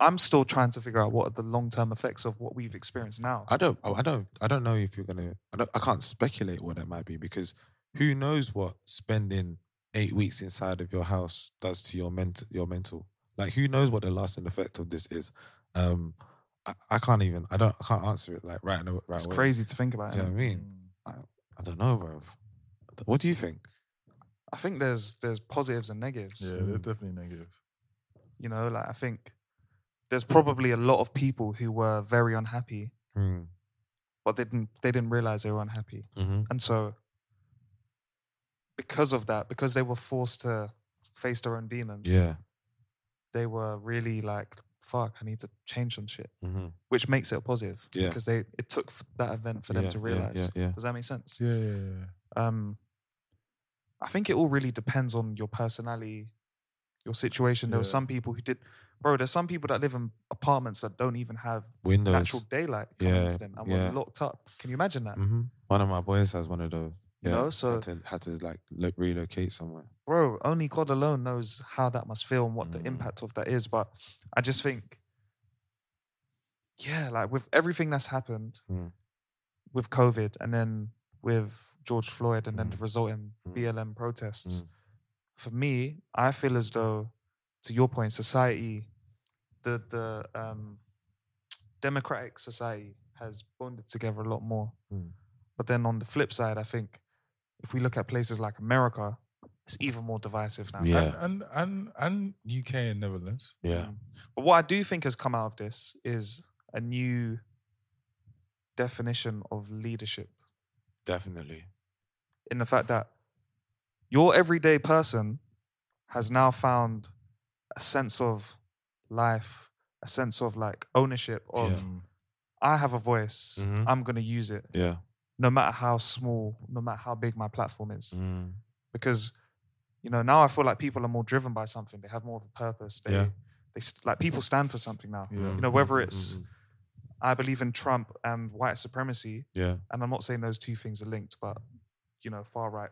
I'm still trying to figure out what are the long term effects of what we've experienced now. I don't. oh, I don't. I don't know if you're gonna. I don't. I can't speculate what that might be because who knows what spending eight weeks inside of your house does to your mental. Your mental. Like who knows what the lasting effect of this is. Um, I, I can't even. I don't. I can't answer it. Like right now. Right. it's away. crazy to think Do about. Mm. you know innit? what I mean? I, I don't know, bro. What do you think? I think there's there's positives and negatives. Yeah, there's definitely negative. You know, like I think there's probably a lot of people who were very unhappy, Hmm. but they didn't they didn't realize they were unhappy, Mm-hmm. and so because of that, because they were forced to face their own demons, Yeah. they were really like, "Fuck, I need to change some shit," Mm-hmm. which makes it a positive Yeah. because they it took f- that event for them Yeah, to yeah, realize. yeah, yeah. Does that make sense? Yeah, yeah, yeah. um, I think it all really depends on your personality, your situation. There were Yeah. some people who did, bro. There's some people that live in apartments that don't even have Windows. natural daylight coming Yeah, to them and yeah. were locked up. Can you imagine that, hmm One of my boys has one of those. You know, so- had to, had to like lo- relocate somewhere. bro? Only God alone knows how that must feel and what Mm. the impact of that is. But I just think, yeah, like with everything that's happened Mm. with COVID and then with George Floyd and then the Mm. resulting Mm. BLM protests. Mm. for me, I feel as though, to your point, society, the the um, democratic society has bonded together a lot more. Mm. But then on the flip side, I think if we look at places like America, it's even more divisive now. Yeah. And, and and and UK and Netherlands. Yeah. But what I do think has come out of this is a new definition of leadership Definitely. in the fact that your everyday person has now found a sense of life, a sense of like ownership of Yeah. I have a voice, Mhm. I'm going to use it, Yeah. no matter how small, no matter how big my platform is. Mm. Because, you know, now I feel like people are more driven by something, they have more of a purpose. They, Yeah. they st- like people stand for something now. Yeah. Mm, You know, whether it's Mhm. I believe in Trump and white supremacy, Yeah. and I'm not saying those two things are linked, but, you know, far right.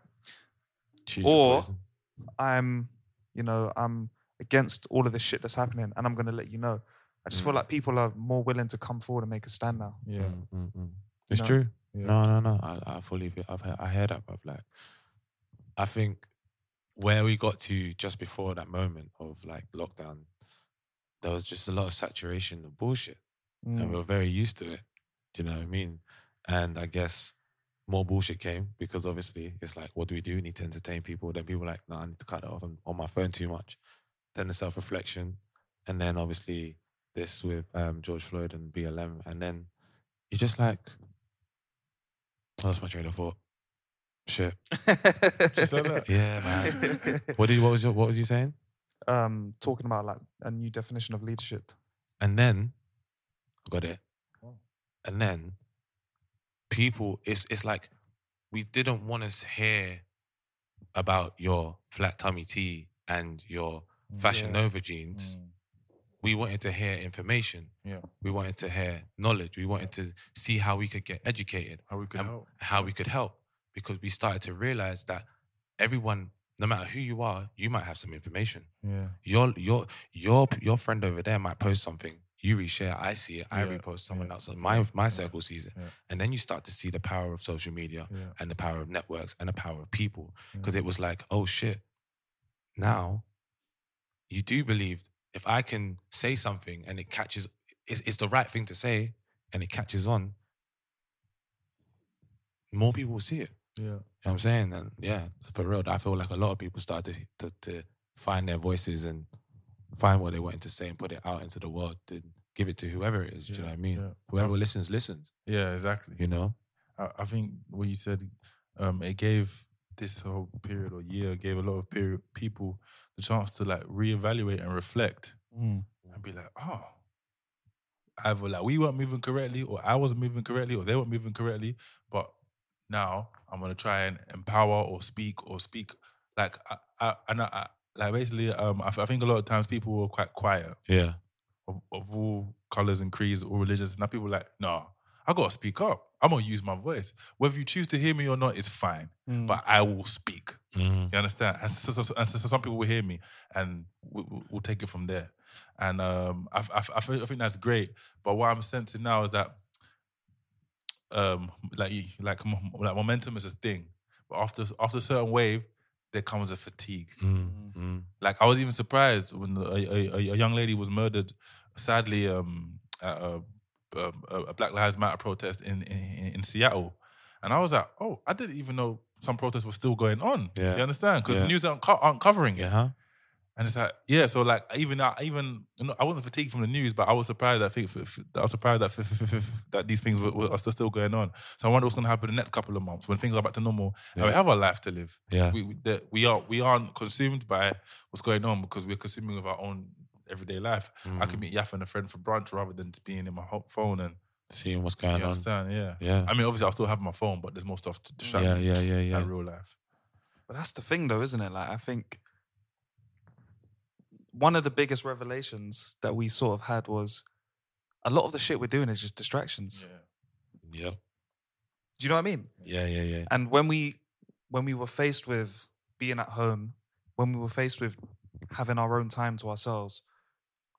Choose your or poison. I'm, you know, I'm against all of this shit that's happening, and I'm going to let you know. I just feel like people are more willing to come forward and make a stand now. Mm. Yeah. Mm, mm, mm. It's know? true. Yeah. No, no, no. I, I fully feel, I've heard, I heard that, bruv. Like, I think where we got to just before that moment of like lockdown, there was just a lot of saturation of bullshit, Mm. and we were very used to it. Do you know what I mean? And I guess more bullshit came because obviously it's like, what do we do? We need to entertain people. Then people are like, no, I need to cut it off. I'm on my phone too much. Then the self reflection, and then obviously this with um, George Floyd and BLM, and then you're just like, I lost my train of thought. Shit. Just like that. Yeah, man. what did what was your, what was you saying? um, talking about like a new definition of leadership. And then got it. And then people, it's it's like we didn't want to hear about your flat tummy tee and your fashion Yeah. Mm. Nova jeans. We wanted to hear information. Yeah. We wanted to hear knowledge. We wanted to see how we could get educated. How we could and help. How we could help. Because we started to realize that everyone, no matter who you are, you might have some information. Yeah. Your your your your friend over there might post something. You reshare, I see it, I Yeah, repost someone yeah, else. My my yeah, circle sees it. yeah. And then you start to see the power of social media Yeah. and the power of networks and the power of people. Because it was like, oh shit, now you do believe if I can say something and it catches, it's, it's the right thing to say and it catches on, more people will see it. Yeah. You know what I'm saying? And yeah, for real, I feel like a lot of people started to, to find their voices and find what they wanted to say and put it out into the world, then give it to whoever it is. Do you know what I mean? Whoever listens, listens. Yeah, exactly. You know? I, I think what you said, um, it gave this whole period or year gave a lot of period, people the chance to like reevaluate and reflect Mm. and be like, oh, either like we weren't moving correctly, or I wasn't moving correctly, or they weren't moving correctly. But now I'm gonna try and empower or speak or speak like I, I and I, I like basically um I, f- I think a lot of times people were quite quiet Yeah. of, of all colors and creeds, all religions. Now people are like, nah, I gotta speak up. I'm gonna use my voice. Whether you choose to hear me or not is fine, Mm. but I will speak. You understand? And so, so- so- and so, so some people will hear me, and we, we- we'll take it from there. And um, I, I, I, think, I think that's great. But what I'm sensing now is that, um, like you- like mo- like momentum is a thing, but after after a certain wave, there comes a fatigue. Mm. Mm. Like I was even surprised when a, a, a- a young lady was murdered, sadly, um, at a, um, a a Black Lives Matter protest in, in in Seattle, and I was like, oh, I didn't even know some protests were still going on. Yeah. You understand? Because Yeah. Uh-huh. news aren't, co- aren't covering it. Yeah. And it's like, yeah. So like, even I even you know, I wasn't fatigued from the news, but I was surprised that things- I was surprised that that these things were, were, are still still going on. So I wonder what's going to happen the next couple of months when things are back to normal and we have our life to live. Yeah. we we, that we are we aren't consumed by what's going on because we're consuming with our own everyday life. I Mm. could meet Yaf and a friend for brunch rather than just being in my ho- phone and Seeing what's you going on. understand, yeah, Yeah. I mean, obviously, I still have my phone, but there's more stuff to distract Yeah, me yeah, yeah, yeah. than real life. But that's the thing, though, isn't it? Like, I think one of the biggest revelations that we sort of had was a lot of the shit we're doing is just distractions. Yeah. Do you know what I mean? Yeah, yeah, yeah. And when we when we were faced with being at home, when we were faced with having our own time to ourselves,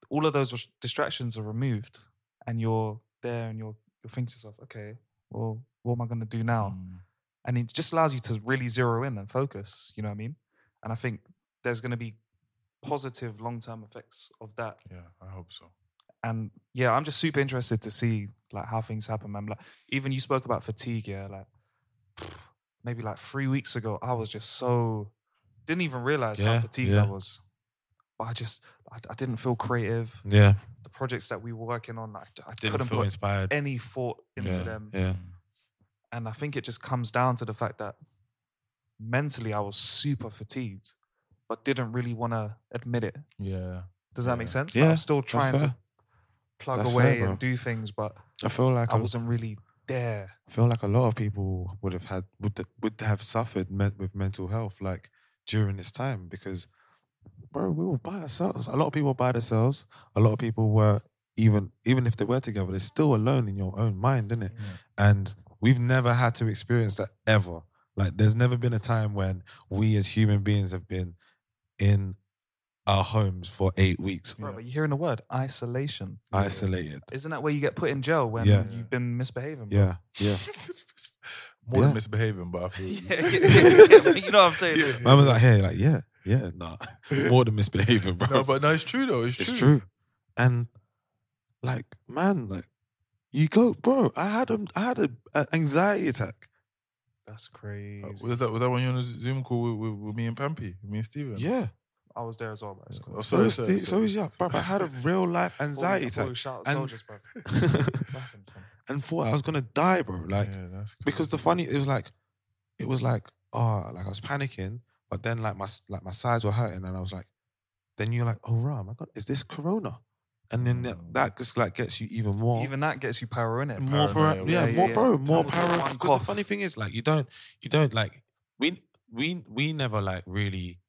all of those distractions are removed, and you're there and you're you're thinking to yourself, okay, well, what am I going to do Mm. now? Mm, and it just allows you to really zero in and focus. You know what I mean? And I think there's going to be positive long term effects of that. Yeah, I hope so. And yeah, I'm just super interested to see like how things happen, man. Like even you spoke about fatigue, yeah. Like maybe like three weeks ago, I was just so didn't even realize Yeah, how fatigued yeah. I was. But I just I, I didn't feel creative. Yeah. The projects that we were working on, like I Didn't couldn't feel put inspired. any thought into yeah. them. Yeah. And I think it just comes down to the fact that mentally I was super fatigued, but didn't really want to admit it. Yeah, Does that Yeah. make sense? Yeah, I'm still that's trying to fair. plug That's away fair, bro. and do things, but I feel like I I wasn't really there. feel like a lot of people would have had would would have suffered me- with mental health like during this time because bro we were by ourselves a lot of people were by themselves a lot of people were even even if they were together they're still alone in your own mind isn't it and we've never had to experience that ever like there's never been a time when we as human beings have been in our homes for eight weeks Bro, but you're hearing the word isolation. isolated Isn't that where you get put in jail when Yeah. you've been misbehaving? bro? yeah yeah more Yeah. than misbehaving, but I feel you know what I'm saying? I was like, hey, like, yeah, yeah, nah. More than misbehaving, bro. No, but no, it's true though. It's, it's true. And like, man, like, you go, bro. I had a, I had a, a anxiety attack. That's crazy. Uh, Was that was that when you were on a Zoom call with, with, with me and Pampy, me and Steven? Yeah. I was there as well, but it's cool. Oh, So sorry, is, sorry, Steve- so sorry. is yeah, bro. I had a real life anxiety Before we- before we attack, shout And- soldiers, bro. What happened, fam? and thought I was gonna die, bro. Like, yeah, that's good. because the funny, it was like, it was like, oh, like I was panicking, but then like my like my sides were hurting, and I was like, then you're like, oh, Ram, I got, is this Corona? And then that, Mm. that just like gets you even more. Even that gets you power in it. more para- Paranoia, yeah, yeah, more yeah. bro, more Time to para. one Because cough. the funny thing is, like, you don't, you don't like we we we never like really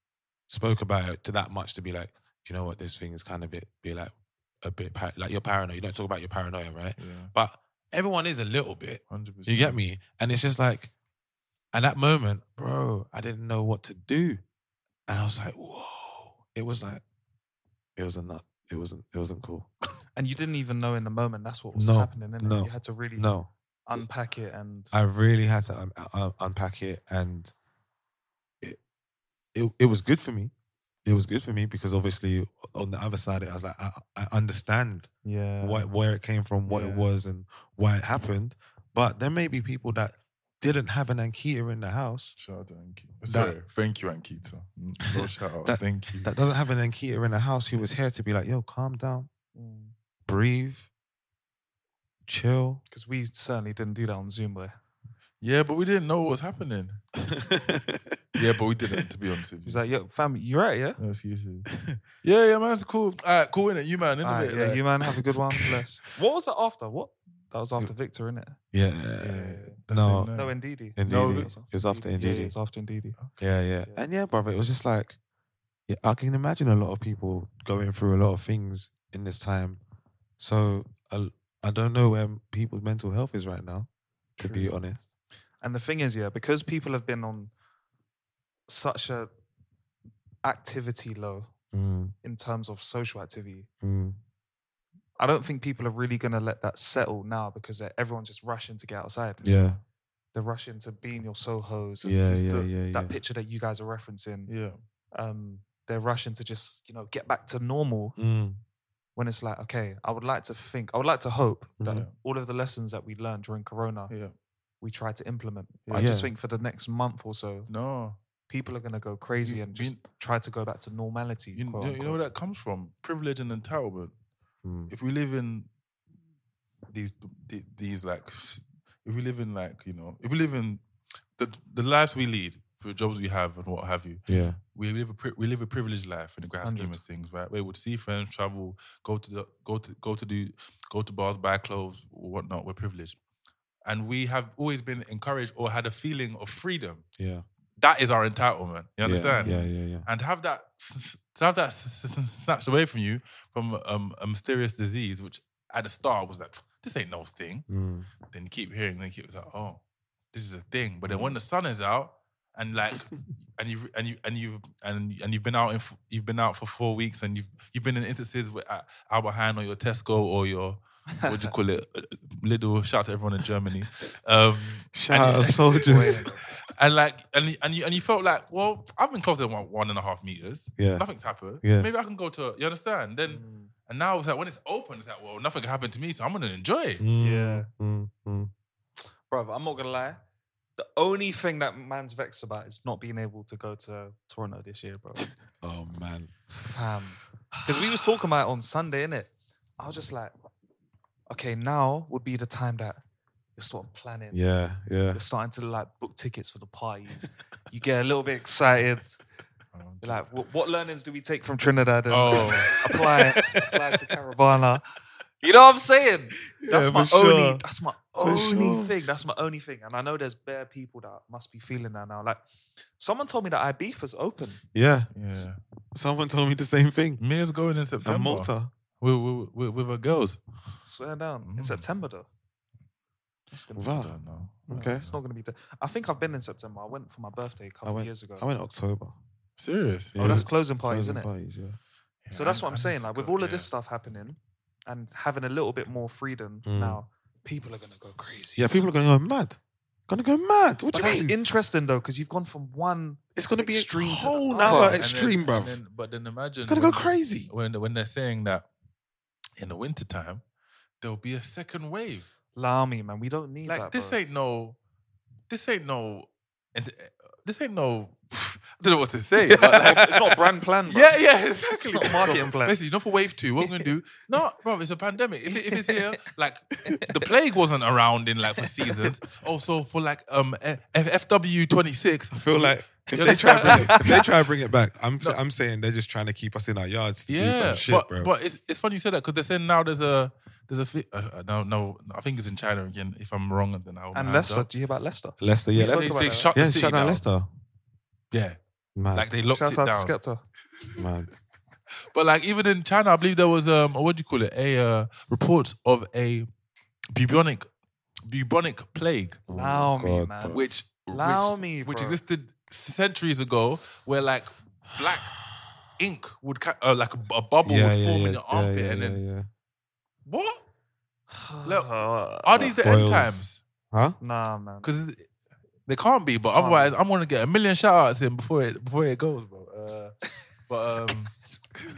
spoke about it to that much to be like, you know what, this thing is kind of bit be like a bit par- like you're paranoid. You don't talk about your paranoia, right? Yeah, But everyone is a little bit. hundred percent. You get me? And it's just like, at that moment, bro, I didn't know what to do, and I was like, whoa, it was like, it was a nut. It wasn't. It wasn't cool. And you didn't even know in the moment that's what was No, happening. innit? no, you had to really No, unpack it and I really had to um, uh, unpack it, and it, it it was good for me. It was good for me because obviously on the other side, I was like, I, I understand yeah why, where it came from, what it Yeah. was, and why it happened. But there may be people that didn't have an Ankita in the house. Shout out to Ankita. That- Sorry, thank you, Ankita. Mm, No shout out. That- thank you. That doesn't have an Ankita in the house who was here to be like, yo, calm down, Mm. breathe, chill. Because we certainly didn't do that on Zoom, though. yeah, but we didn't know what was happening. yeah, but we didn't, to be honest with you. He's like, yo, fam, you right, yeah? No excuses. Yeah, yeah, man, it's cool. All right, cool, innit? You, man, innit? Alright, it? yeah, Like- you man, have a good one. Bless. What was that after? What? That was after Victor, innit? Yeah. that's No. it, No, Ndidi. Ndidi. No, It was after Yeah, yeah, Ndidi. it was after Ndidi. Yeah, yeah. And yeah, brother, it was just like, yeah, I can imagine a lot of people going through a lot of things in this time. So I, I don't know where people's mental health is right now, to be honest. And the thing is, yeah, because people have been on such a activity low Mm, in terms of social activity, mm. I don't think people are really going to let that settle now because they're- everyone's just rushing to get outside. Yeah, They're rushing to be in your Sohos. And yeah, just yeah, the- yeah, yeah. That picture that you guys are referencing, yeah. um, they're rushing to just, you know, get back to normal Mm, when it's like, okay, I would like to think, I would like to hope that Yeah. all of the lessons that we learned during Corona, Mm-hmm. Yeah. we try to implement. Yeah. I just Yeah. think for the next month or so, No. people are going to go crazy You- and you- just try to go back to normality. You, quote you know- you know unquote. where that comes from? Privilege and entitlement. mm. If we live in these the- these like if we live in like, you know, if we live in the the lives we lead for the jobs we have and what have you, Yeah, we live a pri- we live a privileged life in the grand scheme of things, right? We would see friends, travel, go to the, go to go to do go to bars, buy clothes, or whatnot. We're privileged, and we have always been encouraged or had a feeling of freedom. yeah. That is our entitlement. You understand? Yeah, yeah, yeah. And to have that to have that s- s- s- snatched away from you from um, a mysterious disease, which at the start was like this ain't no thing. Mm. Then you keep hearing, then you keep it's like, oh, this is a thing. But then when the sun is out and like and you've and you and you've and and you've been out in f- you've been out for four weeks and you've you've been in instances with at Albert Heijn or your Tesco or your what do you call it? Lidl. Shout out to everyone in Germany. Um, Shout and- out to soldiers. and like, and you- and you and you felt like, well, I've been closer than one, one and a half meters. Yeah. nothing's happened. Yeah. maybe I can go to. You understand? Then, Mm. and now it's like when it's open, it's like, well, nothing happened to me, so I'm gonna enjoy it. Yeah. Mm, mm. Bruv, I'm not going to lie. The only thing that man's vexed about is not being able to go to Toronto this year, bro. Oh man. Fam. Because we was talking about it on Sunday, innit? I was just like, okay, now would be the time that you start planning. Yeah, yeah. You're starting to like book tickets for the parties. you get a little bit excited. You're like, what, what learnings do we take from Trinidad and Oh. apply apply to Caravana? You know what I'm saying? That's Yeah, my for only. sure. That's my For only sure. thing. That's my only thing. And I know there's bare people that must be feeling that now. Like, someone told me that Ibiza's open. Yeah. Yeah, Someone told me the same thing. Mia's going in The September. Malta. with, with, with, with her girls. Swear down in Mm. September though. That's gonna Wow. I don't know. be, Okay. It's not gonna be. I think I've been in September. I went for my birthday a I couple went years ago. I went October. Serious. Oh, that's closing parties, Closing isn't it? parties, yeah. So that's what I'm saying. Like with all of this stuff. stuff happening and having a little bit more freedom Mm. now, people are gonna go crazy. Yeah, people are gonna go mad. Gonna go mad. What But do you that's mean? interesting though, because you've gone from one. it's gonna be extreme a to the whole other. nother And And then- extreme, and bro. then- but then imagine Gonna go when- crazy. when when they're saying that in the wintertime, there'll be a second wave. Lami, man, we don't need like that. this bro. ain't no, this ain't no, and uh, this ain't no. I don't know what to say. but like- it's not brand plan. Bro. yeah, yeah, exactly. not marketing plan. Basically, not for wave two. What we're gonna do? No, bro, it's a pandemic. If, it, if it's here, like the plague wasn't around in like for seasons. Also for like um FW twenty six. I feel like if they try to bring it, if they try to bring it back, I'm I'm saying they're just trying to keep us in our yards to do Yeah, some shit, but, bro. but it's it's funny you said that because they're saying now there's a there's a fi- uh, uh, no no I think it's in China again. If I'm wrong, then I'll And Leicester, do you hear about Leicester? Leicester, yeah, They, Leicester, they shut yeah, the city shut down now. Leicester. Yeah, Mad, like they locked Shout it out down. to Skepta. mad. But like even in China, I believe there was um what do you call it? A uh, report of a bubonic bubonic plague, Allow me, Oh, God, man. bro. which Allow which, me, which bro. existed centuries ago, where like black ink would ca- uh, like a, a bubble Yeah, would yeah, form yeah, in your armpit, yeah, yeah, and then yeah, yeah. what? Look, Uh, are these the end Boils. times? Huh? nah, man. Because they can't be. But otherwise, I'm gonna get a million shout outs in before it before it goes, bro. Uh, but um,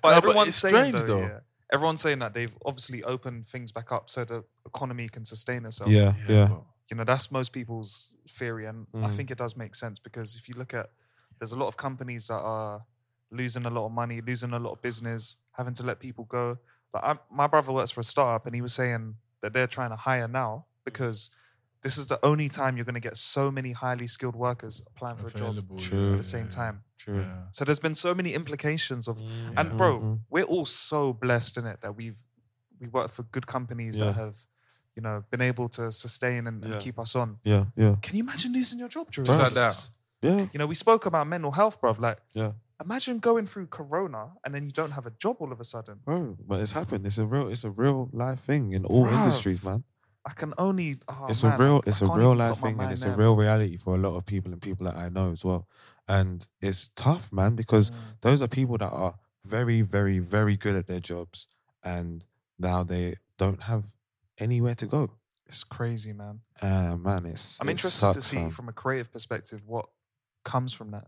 But No, but everyone's it's saying strange, though, though. yeah. everyone's saying that they've obviously opened things back up so the economy can sustain itself. Yeah, yeah. bro. You know, that's most people's theory. And I Mm. think it does make sense because if you look at, there's a lot of companies that are losing a lot of money, losing a lot of business, having to let people go. Like I'm, my brother works for a startup and he was saying that they're trying to hire now because this is the only time you're going to get so many highly skilled workers applying for a job Available, at True. the same time. True. So there's been so many implications of, and bro, Mhm. we're all so blessed in it that we've we work for good companies Yeah. that have, you know, been able to sustain and, and Yeah. keep us on. Yeah, yeah. Can you imagine losing your job during Just all like this? that. Yeah. You know, we spoke about mental health, bruv. Like, Yeah. imagine going through Corona and then you don't have a job all of a sudden. Bro, but it's happened. It's a real, it's a real life thing in all Bruv. industries, man. I can only. oh, it's man, a real, I it's a can't real even life put my thing, and mind it's a there, real reality for a lot of people and people that I know as well. And it's tough, man, because those are people that are very, very, very good at their jobs, and now they don't have anywhere to go. It's crazy, man. Ah, man, it's. I'm it interested to sucks, see fam. from a creative perspective what comes from that.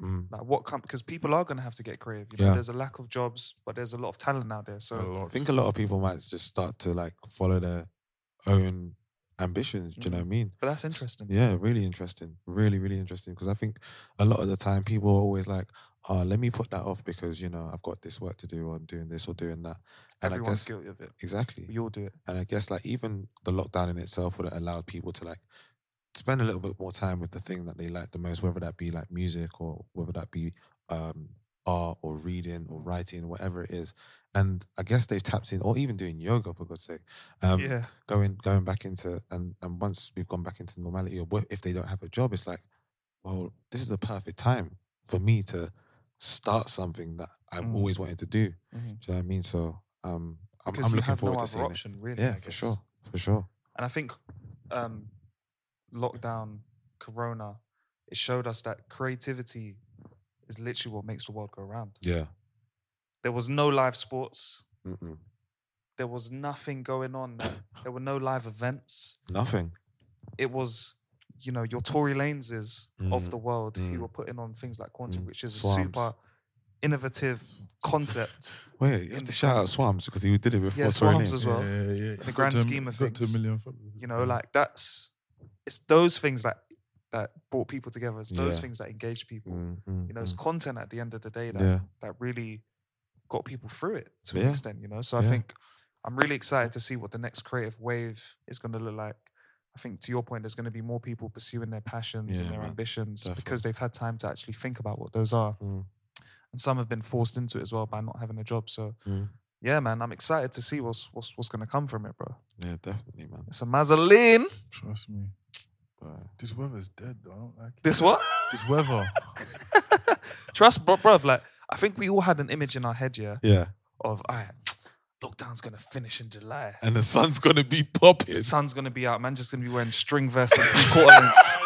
Mm. Like what come because people are going to have to get creative. You know, Yeah. there's a lack of jobs, but there's a lot of talent out there. So I think a lot of people might just start to like follow their own ambitions. Do you know what I mean? But that's interesting. Yeah, really interesting. Really, really interesting. Because I think a lot of the time people are always like, oh, let me put that off because, you know, I've got this work to do or I'm doing this or doing that. I Everyone's guess- guilty of it. Exactly. We all do it. And I guess like even the lockdown in itself would have allowed people to like spend a little bit more time with the thing that they like the most, whether that be like music or whether that be um, art or reading or writing, whatever it is. And I guess they've tapped in, or even doing yoga for God's sake. Um, Yeah. Going going back into and and once we've gone back into normality, or what- if they don't have a job, it's like, well, this is the perfect time for me to start something that I've Mm. always wanted to do. Do Mhm. you know what I mean? So um, I'm, Because I'm you looking have forward no to other seeing option, it. really, yeah, I for guess. sure, for sure. And I think um, lockdown, Corona, it showed us that creativity is literally what makes the world go round. Yeah. There was no live sports. Mm-mm. There was nothing going on. there were no live events. Nothing. it was, you know, your Tory Laneses of Mm, the world who mm. were putting on things like Quantum, Mm, which is a Swamps. super innovative concept. Wait, you have to shout out Swams because he did it before. yeah, Tory Swamps Lanez. as well. In the grand scheme of things, you Mm. know, like that's it's those things that that brought people together. It's those Yeah. things that engage people. Mm, mm, you know, it's mm. content at the end of the day that Yeah. that really got people through it to an Yeah. extent. You know, so I Yeah. think I'm really excited to see what the next creative wave is going to look like. I think to your point, there's going to be more people pursuing their passions Yeah, and their man. ambitions because Definitely. they've had time to actually think about what those are. Mm. And some have been forced into it as well by not having a job. So Mm. yeah, man, I'm excited to see what's what's what's going to come from it, bro. Yeah, definitely, man. It's a mazzoline. Trust me. But- This weather's dead, though. I don't like it. This what? This weather. Trust, bro, bruv. Like I think we all had an image in our head, yeah, Yeah, of all right, lockdown's going to finish in July. and the sun's gonna be popping. The sun's gonna be out. Man, just gonna be wearing string vests and three quarter lengths.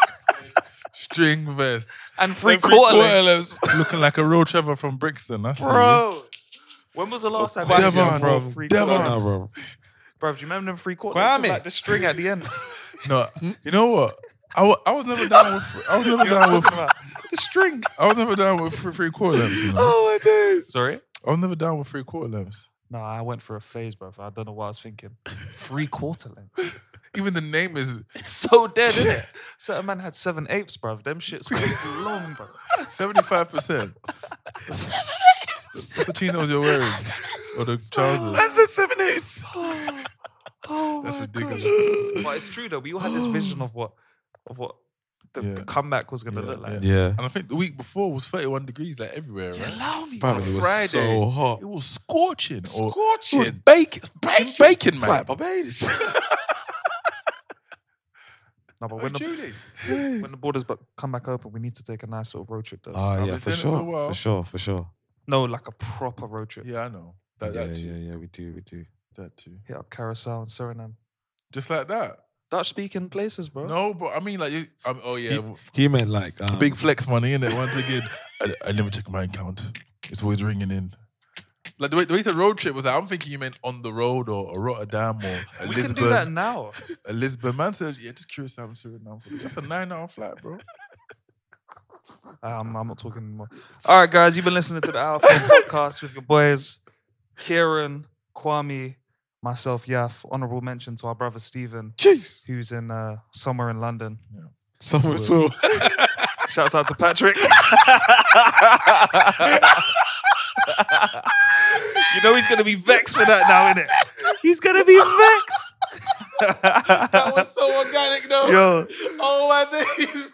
String vest. and three quarter lengths. Looking like a real Trevor from Brixton. That's Bro, when was the last time you Devon, saw bro. three Devon. quarter Nah, lengths? bro. Bro, do you remember them three quarter lengths with, Kwame. like the string at the end? No, you know what? I wa- I was never down with. I was never down with. the string. I was never down with three, three quarter lamps. You know? Oh my days. Sorry? I was never down with three quarter lamps. No, I went for a phase, bro. I don't know what I was thinking. Three quarter lengths. Even the name is So dead, isn't it? Certain man had seven apes, bro. Them shits were long, bro. seventy five percent. That's the chinos you're wearing, or the trousers. said seven apes. Oh, That's my God. ridiculous. But it's true though. We all had this vision of what of what the, the Yeah. comeback was going to look like. Yeah, And I think the week before was thirty one degrees, like everywhere. Right? Allow me. bro, bro. it was Friday. so hot. It was scorching. or- It was Scorching. baking. Baking, baking man. Like Barbados. No, Oh, but when the, Julie. when the borders but come back open, we need to take a nice little road trip. Though. Ah, yeah, been for saying it for a sure, while. for sure, for sure. No, like a proper road trip. Yeah, I know. Yeah, That, that too. yeah, yeah. We do, we do. That too. Hit up Carousel and Suriname, Just like that. Dutch speaking places, bro. No, but I mean, like, you, um, oh yeah, w- He meant like um, big flex money, innit? Once again, I, I never check my account. It's always ringing in. Like the way, the way the road trip was, like, I'm thinking you meant on the road or, or Rotterdam or we can Lisbon. do that now. A Lisbon man said, "Yeah, just curious how I'm Suriname. For That's a nine-hour flight, bro. Um, I'm not talking anymore. All right, guys, you've been listening to the Alpha podcast with your boys, Kieran, Kwame, myself, Yaf, honorable mention to our brother Stephen, who's in uh, somewhere in London. Somewhere as well. Shouts out to Patrick. you know he's going to be vexed for that now, innit? He's going to be vexed. that was so organic, though. Yo. Oh my days.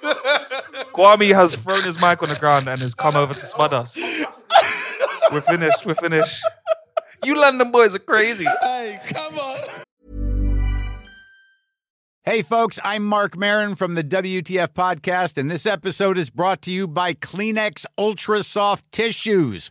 Kwame has thrown his mic on the ground and has come over to spud us. We're finished. We're finished. You London boys are crazy. hey, come on. Hey, folks, I'm Mark Marin from the WTF Podcast, and this episode is brought to you by Kleenex Ultra Soft Tissues,